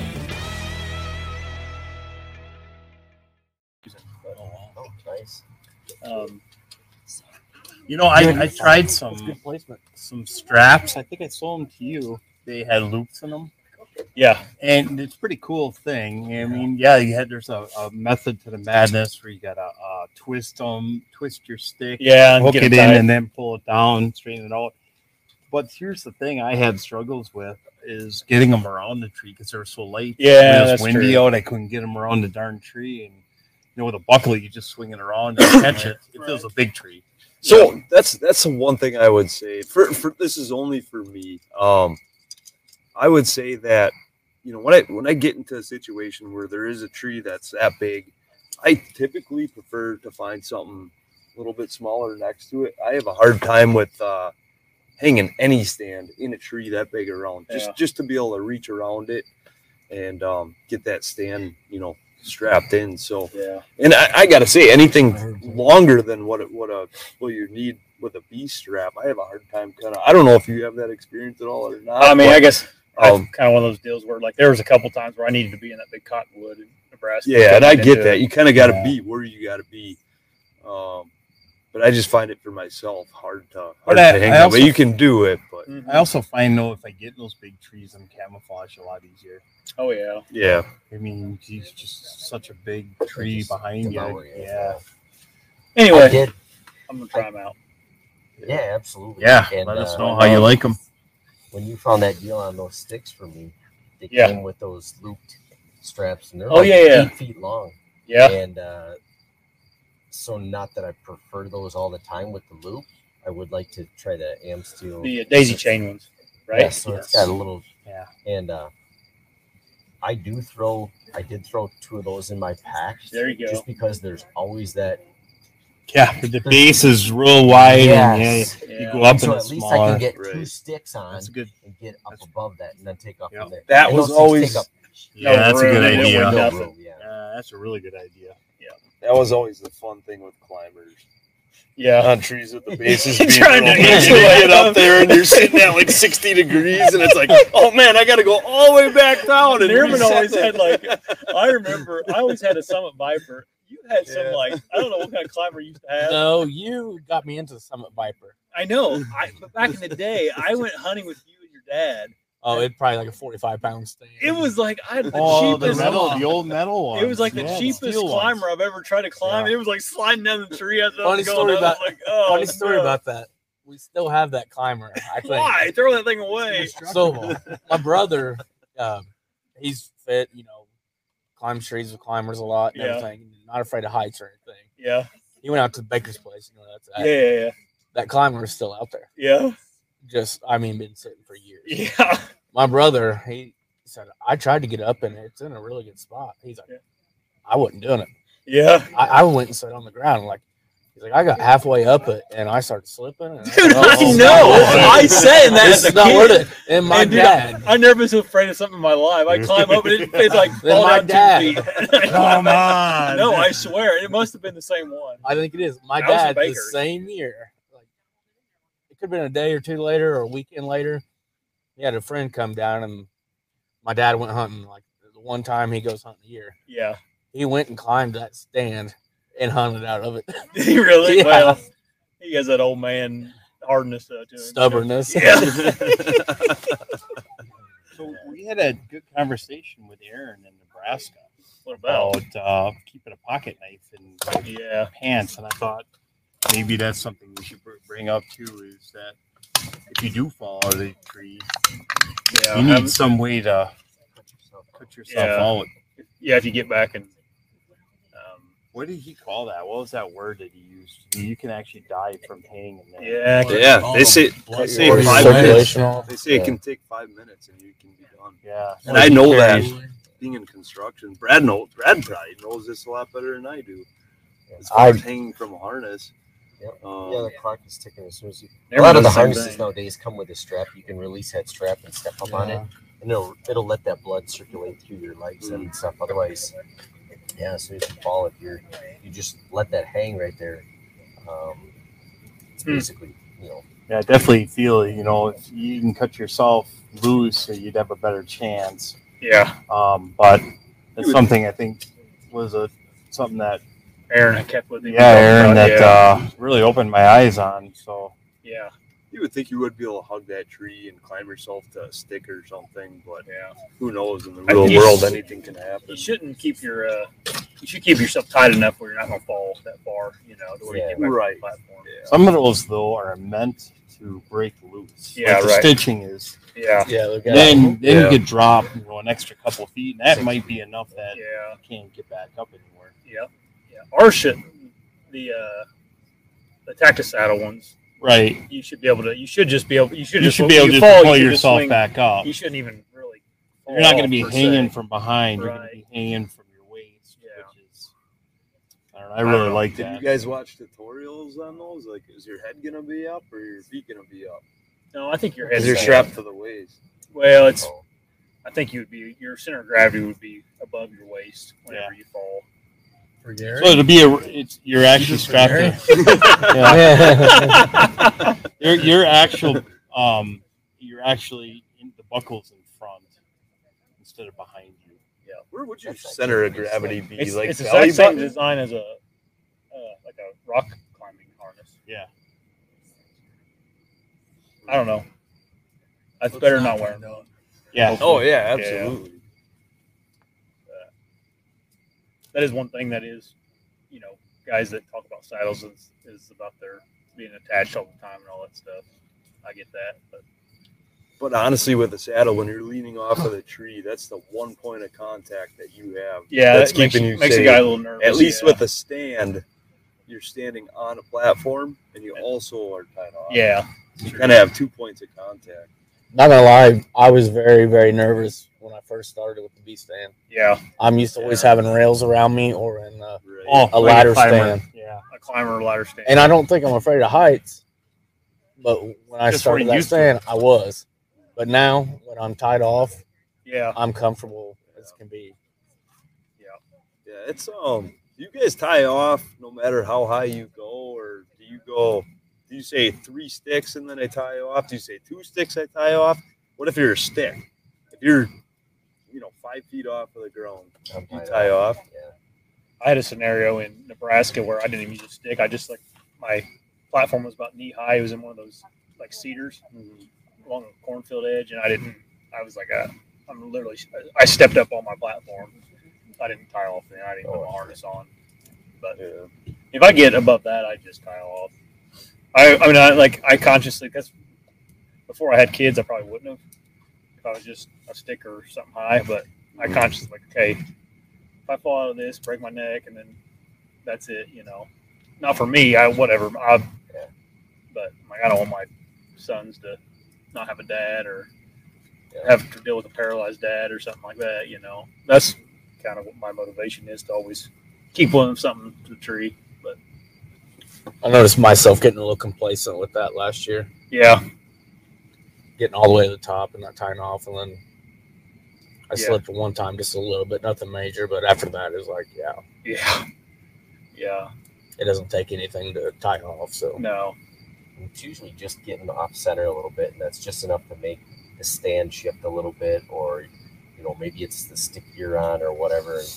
[SPEAKER 9] Oh, nice.
[SPEAKER 2] Um,
[SPEAKER 5] You know, I, I
[SPEAKER 2] That's
[SPEAKER 5] tried some
[SPEAKER 2] good
[SPEAKER 5] Um, some straps. I think I sold them to you. They had loops in them.
[SPEAKER 2] Yeah.
[SPEAKER 5] and it's a pretty cool thing. I mean, yeah, you had there's a, a method to the madness where you gotta uh, twist them, twist your stick,
[SPEAKER 2] Yeah, and
[SPEAKER 5] hook
[SPEAKER 2] get
[SPEAKER 5] it
[SPEAKER 2] it
[SPEAKER 5] in,
[SPEAKER 2] tied.
[SPEAKER 5] and then pull it down, straighten it out. But here's the thing: I had struggles with is getting them around the tree because they were so late.
[SPEAKER 2] Yeah,
[SPEAKER 5] it was
[SPEAKER 2] that's
[SPEAKER 5] windy
[SPEAKER 2] true.
[SPEAKER 5] out. I couldn't get them around the darn tree, and you know, with a buckle, you just swing it around and catch it if it was a big tree.
[SPEAKER 4] So that's that's the one thing I would say. For, for this is only for me. Um, I would say that you know when I when I get into a situation where there is a tree that's that big, I typically prefer to find something a little bit smaller next to it. I have a hard time with uh, hanging any stand in a tree that big around just
[SPEAKER 2] Yeah.
[SPEAKER 4] just to be able to reach around it and um, get that stand you know strapped in. So
[SPEAKER 2] Yeah.
[SPEAKER 4] and I, I gotta say, anything longer than what it, what a what you need with a B strap, I have a hard time kind of. I don't know if you have that experience at all or not.
[SPEAKER 2] I mean, I
[SPEAKER 4] but,
[SPEAKER 2] guess
[SPEAKER 4] Um,
[SPEAKER 2] kind of one of those deals where like there was a couple times where I needed to be in that big cottonwood in Nebraska.
[SPEAKER 4] yeah, and I
[SPEAKER 2] Couldn't
[SPEAKER 4] get
[SPEAKER 2] do
[SPEAKER 4] that.
[SPEAKER 2] it.
[SPEAKER 4] You kind of got to
[SPEAKER 2] Yeah.
[SPEAKER 4] be where you got to be. Um, but I just find it for myself hard to.
[SPEAKER 5] But
[SPEAKER 4] Hard to
[SPEAKER 5] I-
[SPEAKER 4] hang
[SPEAKER 5] I
[SPEAKER 4] on.
[SPEAKER 5] also-
[SPEAKER 4] but you can do it. But
[SPEAKER 2] Mm-hmm.
[SPEAKER 5] I also find though if I get in those big trees, I'm camouflage a lot easier.
[SPEAKER 2] Oh yeah.
[SPEAKER 4] yeah,
[SPEAKER 5] I mean, geez, just such a big tree
[SPEAKER 9] just
[SPEAKER 5] behind you.
[SPEAKER 9] devour you.
[SPEAKER 5] Yeah.
[SPEAKER 9] I
[SPEAKER 2] Anyway,
[SPEAKER 9] did.
[SPEAKER 2] I'm gonna try them out.
[SPEAKER 9] Yeah, absolutely. And, uh,
[SPEAKER 5] like them.
[SPEAKER 9] When you found that deal on those sticks for me, they
[SPEAKER 2] Yeah.
[SPEAKER 9] came with those looped straps, and they're
[SPEAKER 2] Oh,
[SPEAKER 9] like
[SPEAKER 2] yeah, yeah.
[SPEAKER 9] eight feet long.
[SPEAKER 2] Yeah.
[SPEAKER 9] And uh, so, not that I prefer those all the time with the loop. I would like to try the am steel.
[SPEAKER 2] The uh, daisy chain ones, right?
[SPEAKER 9] Yeah, so it's got a little.
[SPEAKER 5] Yeah.
[SPEAKER 9] And uh, I do throw. I did throw two of those in my pack.
[SPEAKER 2] There you go.
[SPEAKER 9] Just because there's always that.
[SPEAKER 5] Yeah, but the base is real wide. and yeah,
[SPEAKER 9] Yes.
[SPEAKER 5] you
[SPEAKER 2] Yeah.
[SPEAKER 5] go up
[SPEAKER 9] So
[SPEAKER 5] and
[SPEAKER 9] at
[SPEAKER 5] it's
[SPEAKER 9] least I
[SPEAKER 5] smaller.
[SPEAKER 9] can get two
[SPEAKER 4] Right.
[SPEAKER 9] sticks on
[SPEAKER 5] That's a good.
[SPEAKER 9] and get up
[SPEAKER 5] That's-
[SPEAKER 9] above that and then take off
[SPEAKER 5] Yep.
[SPEAKER 9] from there.
[SPEAKER 4] That
[SPEAKER 9] And
[SPEAKER 4] was
[SPEAKER 9] those things
[SPEAKER 4] always-
[SPEAKER 9] take up
[SPEAKER 5] Yeah, that's a
[SPEAKER 2] room,
[SPEAKER 5] good
[SPEAKER 2] no
[SPEAKER 5] idea.
[SPEAKER 2] window,
[SPEAKER 9] no
[SPEAKER 2] nothing.
[SPEAKER 9] room, yeah.
[SPEAKER 5] Uh, that's a really good idea.
[SPEAKER 4] that was always the fun thing with climbers
[SPEAKER 2] Yeah.
[SPEAKER 4] on trees with the bases
[SPEAKER 2] Trying
[SPEAKER 4] being
[SPEAKER 2] to
[SPEAKER 4] real big.
[SPEAKER 2] get
[SPEAKER 4] You
[SPEAKER 2] away
[SPEAKER 4] get up there and you're sitting at like 60 degrees, and it's like, oh man, I got to go all the way back down. And
[SPEAKER 2] Nerman
[SPEAKER 4] reset
[SPEAKER 2] always
[SPEAKER 4] that.
[SPEAKER 2] had like I remember I always had a Summit Viper. You had some
[SPEAKER 4] Yeah.
[SPEAKER 2] like I don't know what kind of climber you used to have.
[SPEAKER 6] No, you got me into the Summit Viper.
[SPEAKER 2] I know. I, but back in the day, I went hunting with you and your dad.
[SPEAKER 6] Oh, it probably like a forty-five pound stand.
[SPEAKER 2] It was like I had the
[SPEAKER 5] Oh, the
[SPEAKER 2] cheapest.
[SPEAKER 5] metal, the old metal one.
[SPEAKER 2] it was like the cheapest climber I've ever tried to climb. It was like sliding down the tree. As I
[SPEAKER 6] Funny
[SPEAKER 2] was going
[SPEAKER 6] story
[SPEAKER 2] up, I was
[SPEAKER 6] about-
[SPEAKER 2] like, oh,
[SPEAKER 6] funny story
[SPEAKER 2] no.
[SPEAKER 6] about that. We still have that climber. I think.
[SPEAKER 2] Why throw that thing away?
[SPEAKER 6] So my brother, um, he's fit. You know, climbs trees with climbers a lot and
[SPEAKER 2] Yeah.
[SPEAKER 6] everything. Not afraid of heights or anything.
[SPEAKER 2] Yeah,
[SPEAKER 6] He went out to Baker's place. You know, that's
[SPEAKER 2] yeah,
[SPEAKER 6] that,
[SPEAKER 2] yeah,
[SPEAKER 6] that climber is still out there.
[SPEAKER 2] yeah,
[SPEAKER 6] Just, I mean, been sitting for years.
[SPEAKER 2] yeah. yeah.
[SPEAKER 6] my brother, he said, I tried to get up in it. It's in a really good spot. He's like,
[SPEAKER 2] Yeah.
[SPEAKER 6] I wasn't doing it.
[SPEAKER 2] Yeah,
[SPEAKER 6] I, I went and sat on the ground. Like, he's like, I got halfway up it and I started slipping. And
[SPEAKER 2] dude,
[SPEAKER 6] I, thought,
[SPEAKER 2] I
[SPEAKER 6] "Oh,
[SPEAKER 2] know.
[SPEAKER 6] no."
[SPEAKER 2] I saying that
[SPEAKER 6] This
[SPEAKER 2] as a
[SPEAKER 6] is not
[SPEAKER 2] kid.
[SPEAKER 6] worth it. And my
[SPEAKER 2] And dude,
[SPEAKER 6] dad,
[SPEAKER 2] I never was afraid of something in my life. I climb up and it, it's like
[SPEAKER 6] Then
[SPEAKER 2] fall
[SPEAKER 6] my
[SPEAKER 2] down
[SPEAKER 6] dad.
[SPEAKER 2] two feet.
[SPEAKER 5] Come
[SPEAKER 3] Oh,
[SPEAKER 5] on.
[SPEAKER 2] no, I swear it must have been the same one.
[SPEAKER 6] I think it is. My
[SPEAKER 2] That was
[SPEAKER 6] dad, the
[SPEAKER 2] Baker's.
[SPEAKER 6] same year, like, it could have been a day or two later or a weekend later. He had a friend come down and my dad went hunting. Like, the one time he goes hunting a year,
[SPEAKER 2] Yeah,
[SPEAKER 6] he went and climbed that stand and hunted out of it.
[SPEAKER 2] Did he really?
[SPEAKER 6] Yeah.
[SPEAKER 2] Well, he has that old man hardness uh, to him.
[SPEAKER 6] Stubbornness.
[SPEAKER 2] Yeah.
[SPEAKER 5] So we had a good conversation with Aaron in Nebraska
[SPEAKER 2] what about?
[SPEAKER 5] about uh, keeping a pocket knife and
[SPEAKER 2] Yeah.
[SPEAKER 5] pants, and I thought maybe that's something we should br- bring up too. Is that if you do fall out of the tree,
[SPEAKER 2] Yeah.
[SPEAKER 5] you need
[SPEAKER 2] have-
[SPEAKER 5] some way to put yourself
[SPEAKER 2] Yeah.
[SPEAKER 5] out.
[SPEAKER 2] yeah. If you get back and um,
[SPEAKER 5] What did he call that? What was that word that he used? You can actually die from hanging there.
[SPEAKER 2] yeah,
[SPEAKER 4] Yeah, they say they say
[SPEAKER 9] Or
[SPEAKER 4] five minutes.
[SPEAKER 6] Circulational.
[SPEAKER 4] They say
[SPEAKER 9] Yeah.
[SPEAKER 4] it can take five minutes and you can be done.
[SPEAKER 5] Yeah.
[SPEAKER 4] And I know that being in construction, Brad knows. Brad probably knows this a lot better than I do. As far
[SPEAKER 6] I-
[SPEAKER 4] as hanging from a harness,
[SPEAKER 9] Yep.
[SPEAKER 4] Um,
[SPEAKER 9] yeah, the clock is ticking as soon as you.
[SPEAKER 4] Never
[SPEAKER 9] a lot of the
[SPEAKER 4] does the same
[SPEAKER 9] harnesses
[SPEAKER 4] thing.
[SPEAKER 9] nowadays come with a strap. You can release that strap and step up on it,
[SPEAKER 4] Yeah.
[SPEAKER 9] and it'll it'll let that blood circulate through your legs and stuff. Otherwise, yeah, as soon as you fall, if you're you just let that hang right there, um, it's
[SPEAKER 5] Hmm.
[SPEAKER 9] basically you know
[SPEAKER 5] Yeah, I definitely feel it. You know, if you can cut yourself loose, so you'd have a better chance.
[SPEAKER 2] Yeah.
[SPEAKER 5] Um, but
[SPEAKER 2] You
[SPEAKER 5] it's
[SPEAKER 2] would-
[SPEAKER 5] something I think was a something that
[SPEAKER 2] Aaron, I kept with him.
[SPEAKER 5] Yeah, Aaron, that
[SPEAKER 2] Yeah.
[SPEAKER 5] uh, really opened my eyes on. So
[SPEAKER 2] Yeah.
[SPEAKER 4] You would think you would be able to hug that tree and climb yourself to a stick or something, but
[SPEAKER 2] yeah,
[SPEAKER 4] who knows? In the
[SPEAKER 2] I
[SPEAKER 4] real
[SPEAKER 2] think you
[SPEAKER 4] world,
[SPEAKER 2] should-
[SPEAKER 4] anything can happen.
[SPEAKER 2] You shouldn't keep your. Uh, you should keep yourself tight enough where you're not gonna fall that far. You know, to where you get back right. the platform.
[SPEAKER 5] some of those though are meant to break loose.
[SPEAKER 2] Yeah,
[SPEAKER 5] Like the
[SPEAKER 2] right.
[SPEAKER 5] stitching is.
[SPEAKER 2] Yeah. Yeah, they've got-
[SPEAKER 5] Then then
[SPEAKER 2] Yeah.
[SPEAKER 5] you could drop you know an extra couple feet, and that might be enough that
[SPEAKER 2] yeah.
[SPEAKER 5] you can't get back up anymore.
[SPEAKER 2] Yep. Yeah. Our shit, the uh, the tactisaddle ones.
[SPEAKER 5] Right.
[SPEAKER 2] You should be able to. You should just be able. You should
[SPEAKER 5] You
[SPEAKER 2] just
[SPEAKER 5] should be
[SPEAKER 2] when
[SPEAKER 5] able
[SPEAKER 2] you
[SPEAKER 5] to
[SPEAKER 2] fall,
[SPEAKER 5] pull
[SPEAKER 2] you should
[SPEAKER 5] yourself
[SPEAKER 2] swing-
[SPEAKER 5] back up.
[SPEAKER 2] You shouldn't even really.
[SPEAKER 5] You're not
[SPEAKER 2] fall,
[SPEAKER 5] going to be
[SPEAKER 2] per se.
[SPEAKER 5] hanging from behind. You're going
[SPEAKER 2] Right.
[SPEAKER 5] to be hanging from your waist, which is. I don't know. I
[SPEAKER 4] don't
[SPEAKER 5] really
[SPEAKER 4] know.
[SPEAKER 5] like
[SPEAKER 4] Did
[SPEAKER 5] that.
[SPEAKER 4] you guys watch tutorials on those? Like, is your head gonna be up or your feet gonna be up?
[SPEAKER 2] No, I think your head's
[SPEAKER 4] Because you're
[SPEAKER 2] down.
[SPEAKER 4] strapped to the waist.
[SPEAKER 2] Well, it's. I think you would be your center of gravity would be above your waist whenever you fall.
[SPEAKER 3] For Gary?
[SPEAKER 5] So it'll be a. It's you're actually
[SPEAKER 2] Just for
[SPEAKER 5] strapped.
[SPEAKER 2] Gary?
[SPEAKER 5] to- Yeah. your your actual um you're actually in the buckles in front instead of behind you.
[SPEAKER 2] Yeah.
[SPEAKER 4] Where would your center of gravity be?
[SPEAKER 2] It's,
[SPEAKER 4] like
[SPEAKER 2] it's the
[SPEAKER 4] belly
[SPEAKER 2] exact same
[SPEAKER 4] button?
[SPEAKER 2] design as a uh, like a rock climbing harness.
[SPEAKER 5] Yeah.
[SPEAKER 2] I don't know. I
[SPEAKER 3] Let's
[SPEAKER 2] better not
[SPEAKER 3] not
[SPEAKER 2] wear them.
[SPEAKER 5] Yeah.
[SPEAKER 4] Oh yeah, absolutely.
[SPEAKER 2] That is one thing that is, you know, guys that talk about saddles is, is about their being attached all the time and all that stuff. I get that, but
[SPEAKER 4] But honestly, with a saddle, when you're leaning off of the tree, that's the one point of contact that you have.
[SPEAKER 2] Yeah,
[SPEAKER 4] that's
[SPEAKER 2] that makes-
[SPEAKER 4] keeping you
[SPEAKER 2] makes a
[SPEAKER 4] safe.
[SPEAKER 2] guy a little nervous,
[SPEAKER 4] At least
[SPEAKER 2] yeah.
[SPEAKER 4] with a stand, you're standing on a platform, and you also are tied off.
[SPEAKER 2] Yeah.
[SPEAKER 4] you kind of have two points of contact.
[SPEAKER 6] Not gonna lie, I was very, very nervous when I first started with the B stand.
[SPEAKER 2] Yeah.
[SPEAKER 6] I'm used to always having rails around me or in uh,
[SPEAKER 5] Oh,
[SPEAKER 6] a
[SPEAKER 5] like
[SPEAKER 6] ladder
[SPEAKER 5] climber.
[SPEAKER 6] stand.
[SPEAKER 5] Yeah,
[SPEAKER 2] a climber ladder stand.
[SPEAKER 6] And I don't think I'm afraid of heights, but when I
[SPEAKER 2] Just
[SPEAKER 6] started
[SPEAKER 2] weren't
[SPEAKER 6] that
[SPEAKER 2] used to
[SPEAKER 6] stand, I was. But now when I'm tied off,
[SPEAKER 2] yeah,
[SPEAKER 6] I'm comfortable as can be.
[SPEAKER 4] Yeah, it's um. Do you guys tie off no matter how high you go, or do you go? Do you say three sticks and then I tie off? Do you say two sticks I tie off? What if you're a stick? If you're, you know, five feet off of the ground, you tie off.
[SPEAKER 2] I had a scenario in Nebraska where I didn't even use a stick. I just like my platform was about knee high. It was in one of those like cedars along the cornfield edge, and I didn't. I was like, uh, I'm literally. I stepped up on my platform. I didn't tie off, and I didn't put my harness on. But if I get above that, I just tie off. I, I mean, I like I consciously because before I had kids, I probably wouldn't have if I was just a sticker or something high. But I consciously like, okay, if I fall out of this, break my neck, and then that's it. You know, not for me. I whatever. I, but like I don't want my sons to not have a dad or have to deal with a paralyzed dad or something like that. You know, that's kind of what my motivation is to always keep one of something to the tree. But
[SPEAKER 6] I noticed myself getting a little complacent with that last year,
[SPEAKER 2] yeah,
[SPEAKER 6] getting all the way to the top and not tying off, and then I
[SPEAKER 2] Yeah.
[SPEAKER 6] slipped one time just a little bit, nothing major. But after that, it was like, yeah,
[SPEAKER 2] yeah, yeah.
[SPEAKER 6] it doesn't take anything to tie off. So
[SPEAKER 2] no,
[SPEAKER 9] it's usually just getting off center a little bit, and that's just enough to make the stand shift a little bit, or you know maybe it's the stick you're on or whatever. And,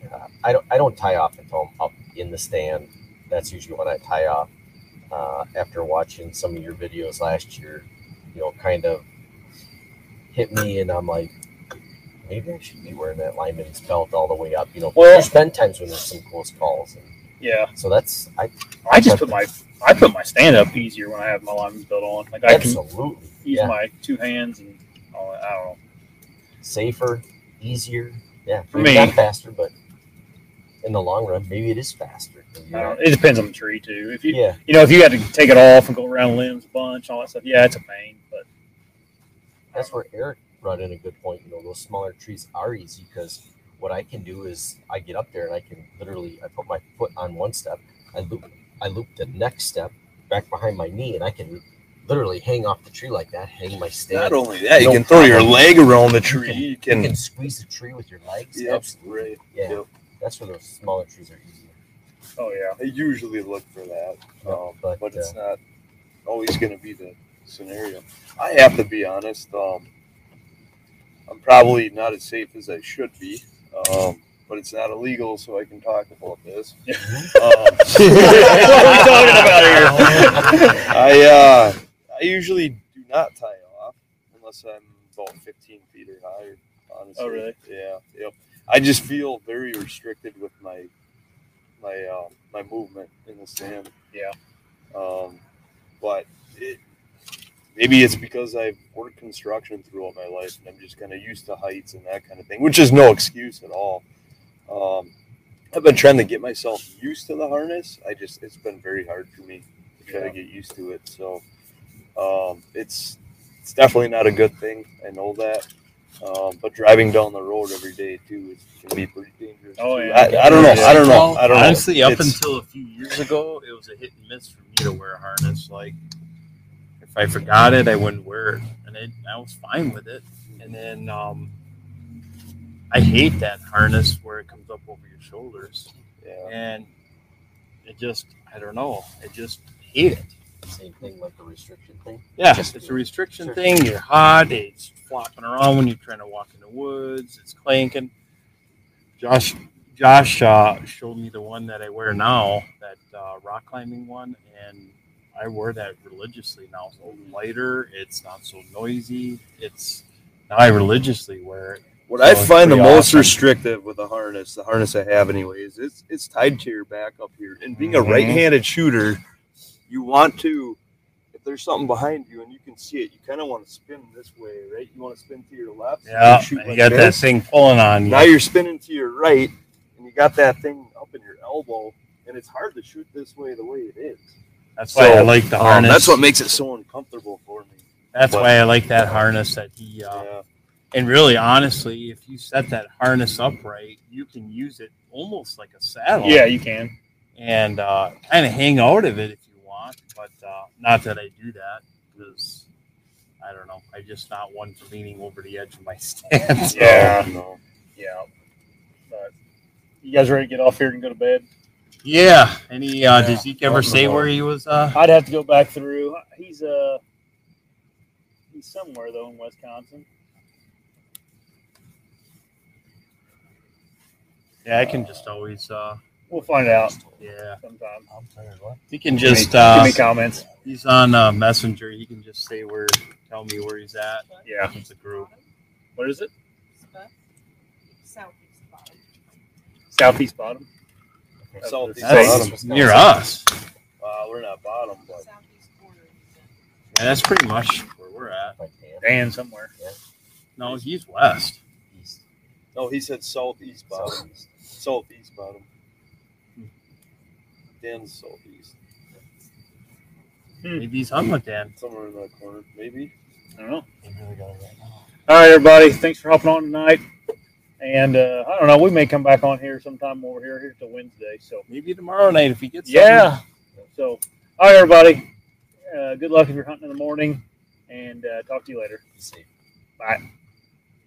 [SPEAKER 9] and uh, I don't I don't tie off until I'm up in the stand. That's usually when I tie off. Uh, after watching some of your videos last year, you know, kind of hit me, and I'm like, maybe I should be wearing that lineman's belt all the way up. You know,
[SPEAKER 2] Well-
[SPEAKER 9] there's been times when there's some close calls, and
[SPEAKER 2] yeah.
[SPEAKER 9] so that's I.
[SPEAKER 2] I just put my I put my stand up easier when I have my lineman's belt on. Like I
[SPEAKER 9] Absolutely.
[SPEAKER 2] can use
[SPEAKER 9] Yeah.
[SPEAKER 2] my two hands and all that. I don't know.
[SPEAKER 9] safer, easier. Yeah,
[SPEAKER 2] For
[SPEAKER 9] maybe
[SPEAKER 2] me.
[SPEAKER 9] not faster, but in the long run, maybe it is faster.
[SPEAKER 2] I don't- Uh, it depends on the tree too. If you
[SPEAKER 9] Yeah.
[SPEAKER 2] you know if you had to take it off and go around limbs a bunch, all that stuff, yeah, it's a pain. But
[SPEAKER 9] That's where Eric brought in a good point. You know, those smaller trees are easy because what I can do is I get up there and I can literally I put my foot on one step, I loop I loop the next step back behind my knee, and I can literally hang off the tree like that, hang my stand.
[SPEAKER 4] Not only that, you
[SPEAKER 9] No
[SPEAKER 4] can throw your
[SPEAKER 9] problem.
[SPEAKER 4] leg around the tree. You
[SPEAKER 9] you can,
[SPEAKER 4] can
[SPEAKER 9] squeeze the tree with your legs.
[SPEAKER 4] Yep,
[SPEAKER 9] Absolutely. Yeah. That's where those smaller trees are easier.
[SPEAKER 2] Oh yeah.
[SPEAKER 4] I usually look for that, um, but, it's not always going to be the scenario. I have to be honest. Um, I'm probably not as safe as I should be, um, but it's not illegal, so I can talk about this. um, what are we talking about here? I uh, I usually do not tie off unless I'm about 15 feet or higher. Honestly,
[SPEAKER 2] Oh, really?
[SPEAKER 4] Yeah, yep. I just feel very restricted with my my uh, my movement in the sand.
[SPEAKER 2] Yeah.
[SPEAKER 4] Um, but it, maybe it's because I've worked construction throughout my life and I'm just kind of used to heights and that kind of thing, which is no excuse at all. Um, I've been trying to get myself used to the harness. I just it's been very hard for me to try to get used to it. So um, it's it's definitely not a good thing. I know that. Um, but driving down the road every day too it can be pretty dangerous.
[SPEAKER 5] Oh,
[SPEAKER 4] too.
[SPEAKER 5] yeah.
[SPEAKER 4] I, I don't know. I don't know.
[SPEAKER 5] Well,
[SPEAKER 4] I don't know.
[SPEAKER 5] Honestly, up
[SPEAKER 4] It's-
[SPEAKER 5] until a few years ago, it was a hit and miss for me to wear a harness. Like, if I forgot it, I wouldn't wear it, and it, I was fine with it. And then um, I hate that harness where it comes up over your shoulders, and it just I don't know. I just hate it.
[SPEAKER 9] Same thing like the restriction thing.
[SPEAKER 5] Yeah,
[SPEAKER 9] Just
[SPEAKER 5] it's a
[SPEAKER 9] do it.
[SPEAKER 5] restriction
[SPEAKER 9] Sure.
[SPEAKER 5] thing. You're hot. It's flopping around when you're trying to walk in the woods. It's clanking. Josh, Josh uh, showed me the one that I wear now, that uh, rock climbing one, and I wear that religiously now. It's a little lighter. It's not so noisy. It's now I religiously wear it.
[SPEAKER 4] What
[SPEAKER 5] So
[SPEAKER 4] I
[SPEAKER 5] Oh, it's
[SPEAKER 4] find the
[SPEAKER 5] pretty
[SPEAKER 4] most
[SPEAKER 5] awesome.
[SPEAKER 4] restrictive with the harness, the harness I have anyways, it's it's tied to your back up here. And being
[SPEAKER 5] Mhm.
[SPEAKER 4] a right-handed shooter, you want to if there's something behind you and you can see it, you kind of want to spin this way, right? You want to spin to your left. and
[SPEAKER 5] Yeah,
[SPEAKER 4] shoot
[SPEAKER 5] you
[SPEAKER 4] like
[SPEAKER 5] got that
[SPEAKER 4] this.
[SPEAKER 5] thing pulling on you.
[SPEAKER 4] Now you're spinning to your right, and you got that thing up in your elbow, and it's hard to shoot this way the way it is.
[SPEAKER 5] That's why I like the
[SPEAKER 4] um,
[SPEAKER 5] harness.
[SPEAKER 4] that's what makes it so uncomfortable for me.
[SPEAKER 5] That's
[SPEAKER 4] But-
[SPEAKER 5] why I like that harness that he. Uh, And really, honestly, if you set that harness up right, you can use it almost like a saddle.
[SPEAKER 2] Yeah, you can.
[SPEAKER 5] And uh, kind of hang out of it if you want, but uh, not that I do that because I don't know. I'm just not one for leaning over the edge of my stand. so-
[SPEAKER 2] Yeah. Yeah. But you guys ready to get off here and go to bed?
[SPEAKER 5] Yeah. Any? Uh, Did Zeke ever
[SPEAKER 2] Welcome
[SPEAKER 5] say
[SPEAKER 2] home.
[SPEAKER 5] where he was? Uh,
[SPEAKER 2] I'd have to go back through. He's uh he's somewhere though in Wisconsin.
[SPEAKER 5] yeah, I can just always. Uh,
[SPEAKER 2] We'll find out.
[SPEAKER 5] Yeah.
[SPEAKER 2] Sometime. I'm tired. What?
[SPEAKER 5] He can just
[SPEAKER 2] give me,
[SPEAKER 5] uh,
[SPEAKER 2] give me comments.
[SPEAKER 5] He's on uh, Messenger. He can just say where, tell me where he's at.
[SPEAKER 2] Yeah,
[SPEAKER 5] it's a group.
[SPEAKER 2] What is it?
[SPEAKER 10] Southeast bottom.
[SPEAKER 2] Southeast bottom.
[SPEAKER 4] Southeast
[SPEAKER 5] That's
[SPEAKER 4] bottom.
[SPEAKER 5] near us.
[SPEAKER 4] Uh, we're not bottom, but
[SPEAKER 5] Yeah, that's pretty much where we're at.
[SPEAKER 2] Dan somewhere.
[SPEAKER 5] No, he's west.
[SPEAKER 4] No, he said southeast bottom. Southeast bottom. Dan's southeast.
[SPEAKER 5] Maybe he's hung with Dan.
[SPEAKER 4] Somewhere in that corner, maybe.
[SPEAKER 2] I don't know. All right, everybody. Thanks for hopping on tonight. And uh, I don't know. We may come back on here sometime over here. Here's till Wednesday. So
[SPEAKER 5] maybe tomorrow night if he gets.
[SPEAKER 2] Yeah. So all right, everybody. Uh, good luck if you're hunting in the morning, and uh, talk to you later. Bye.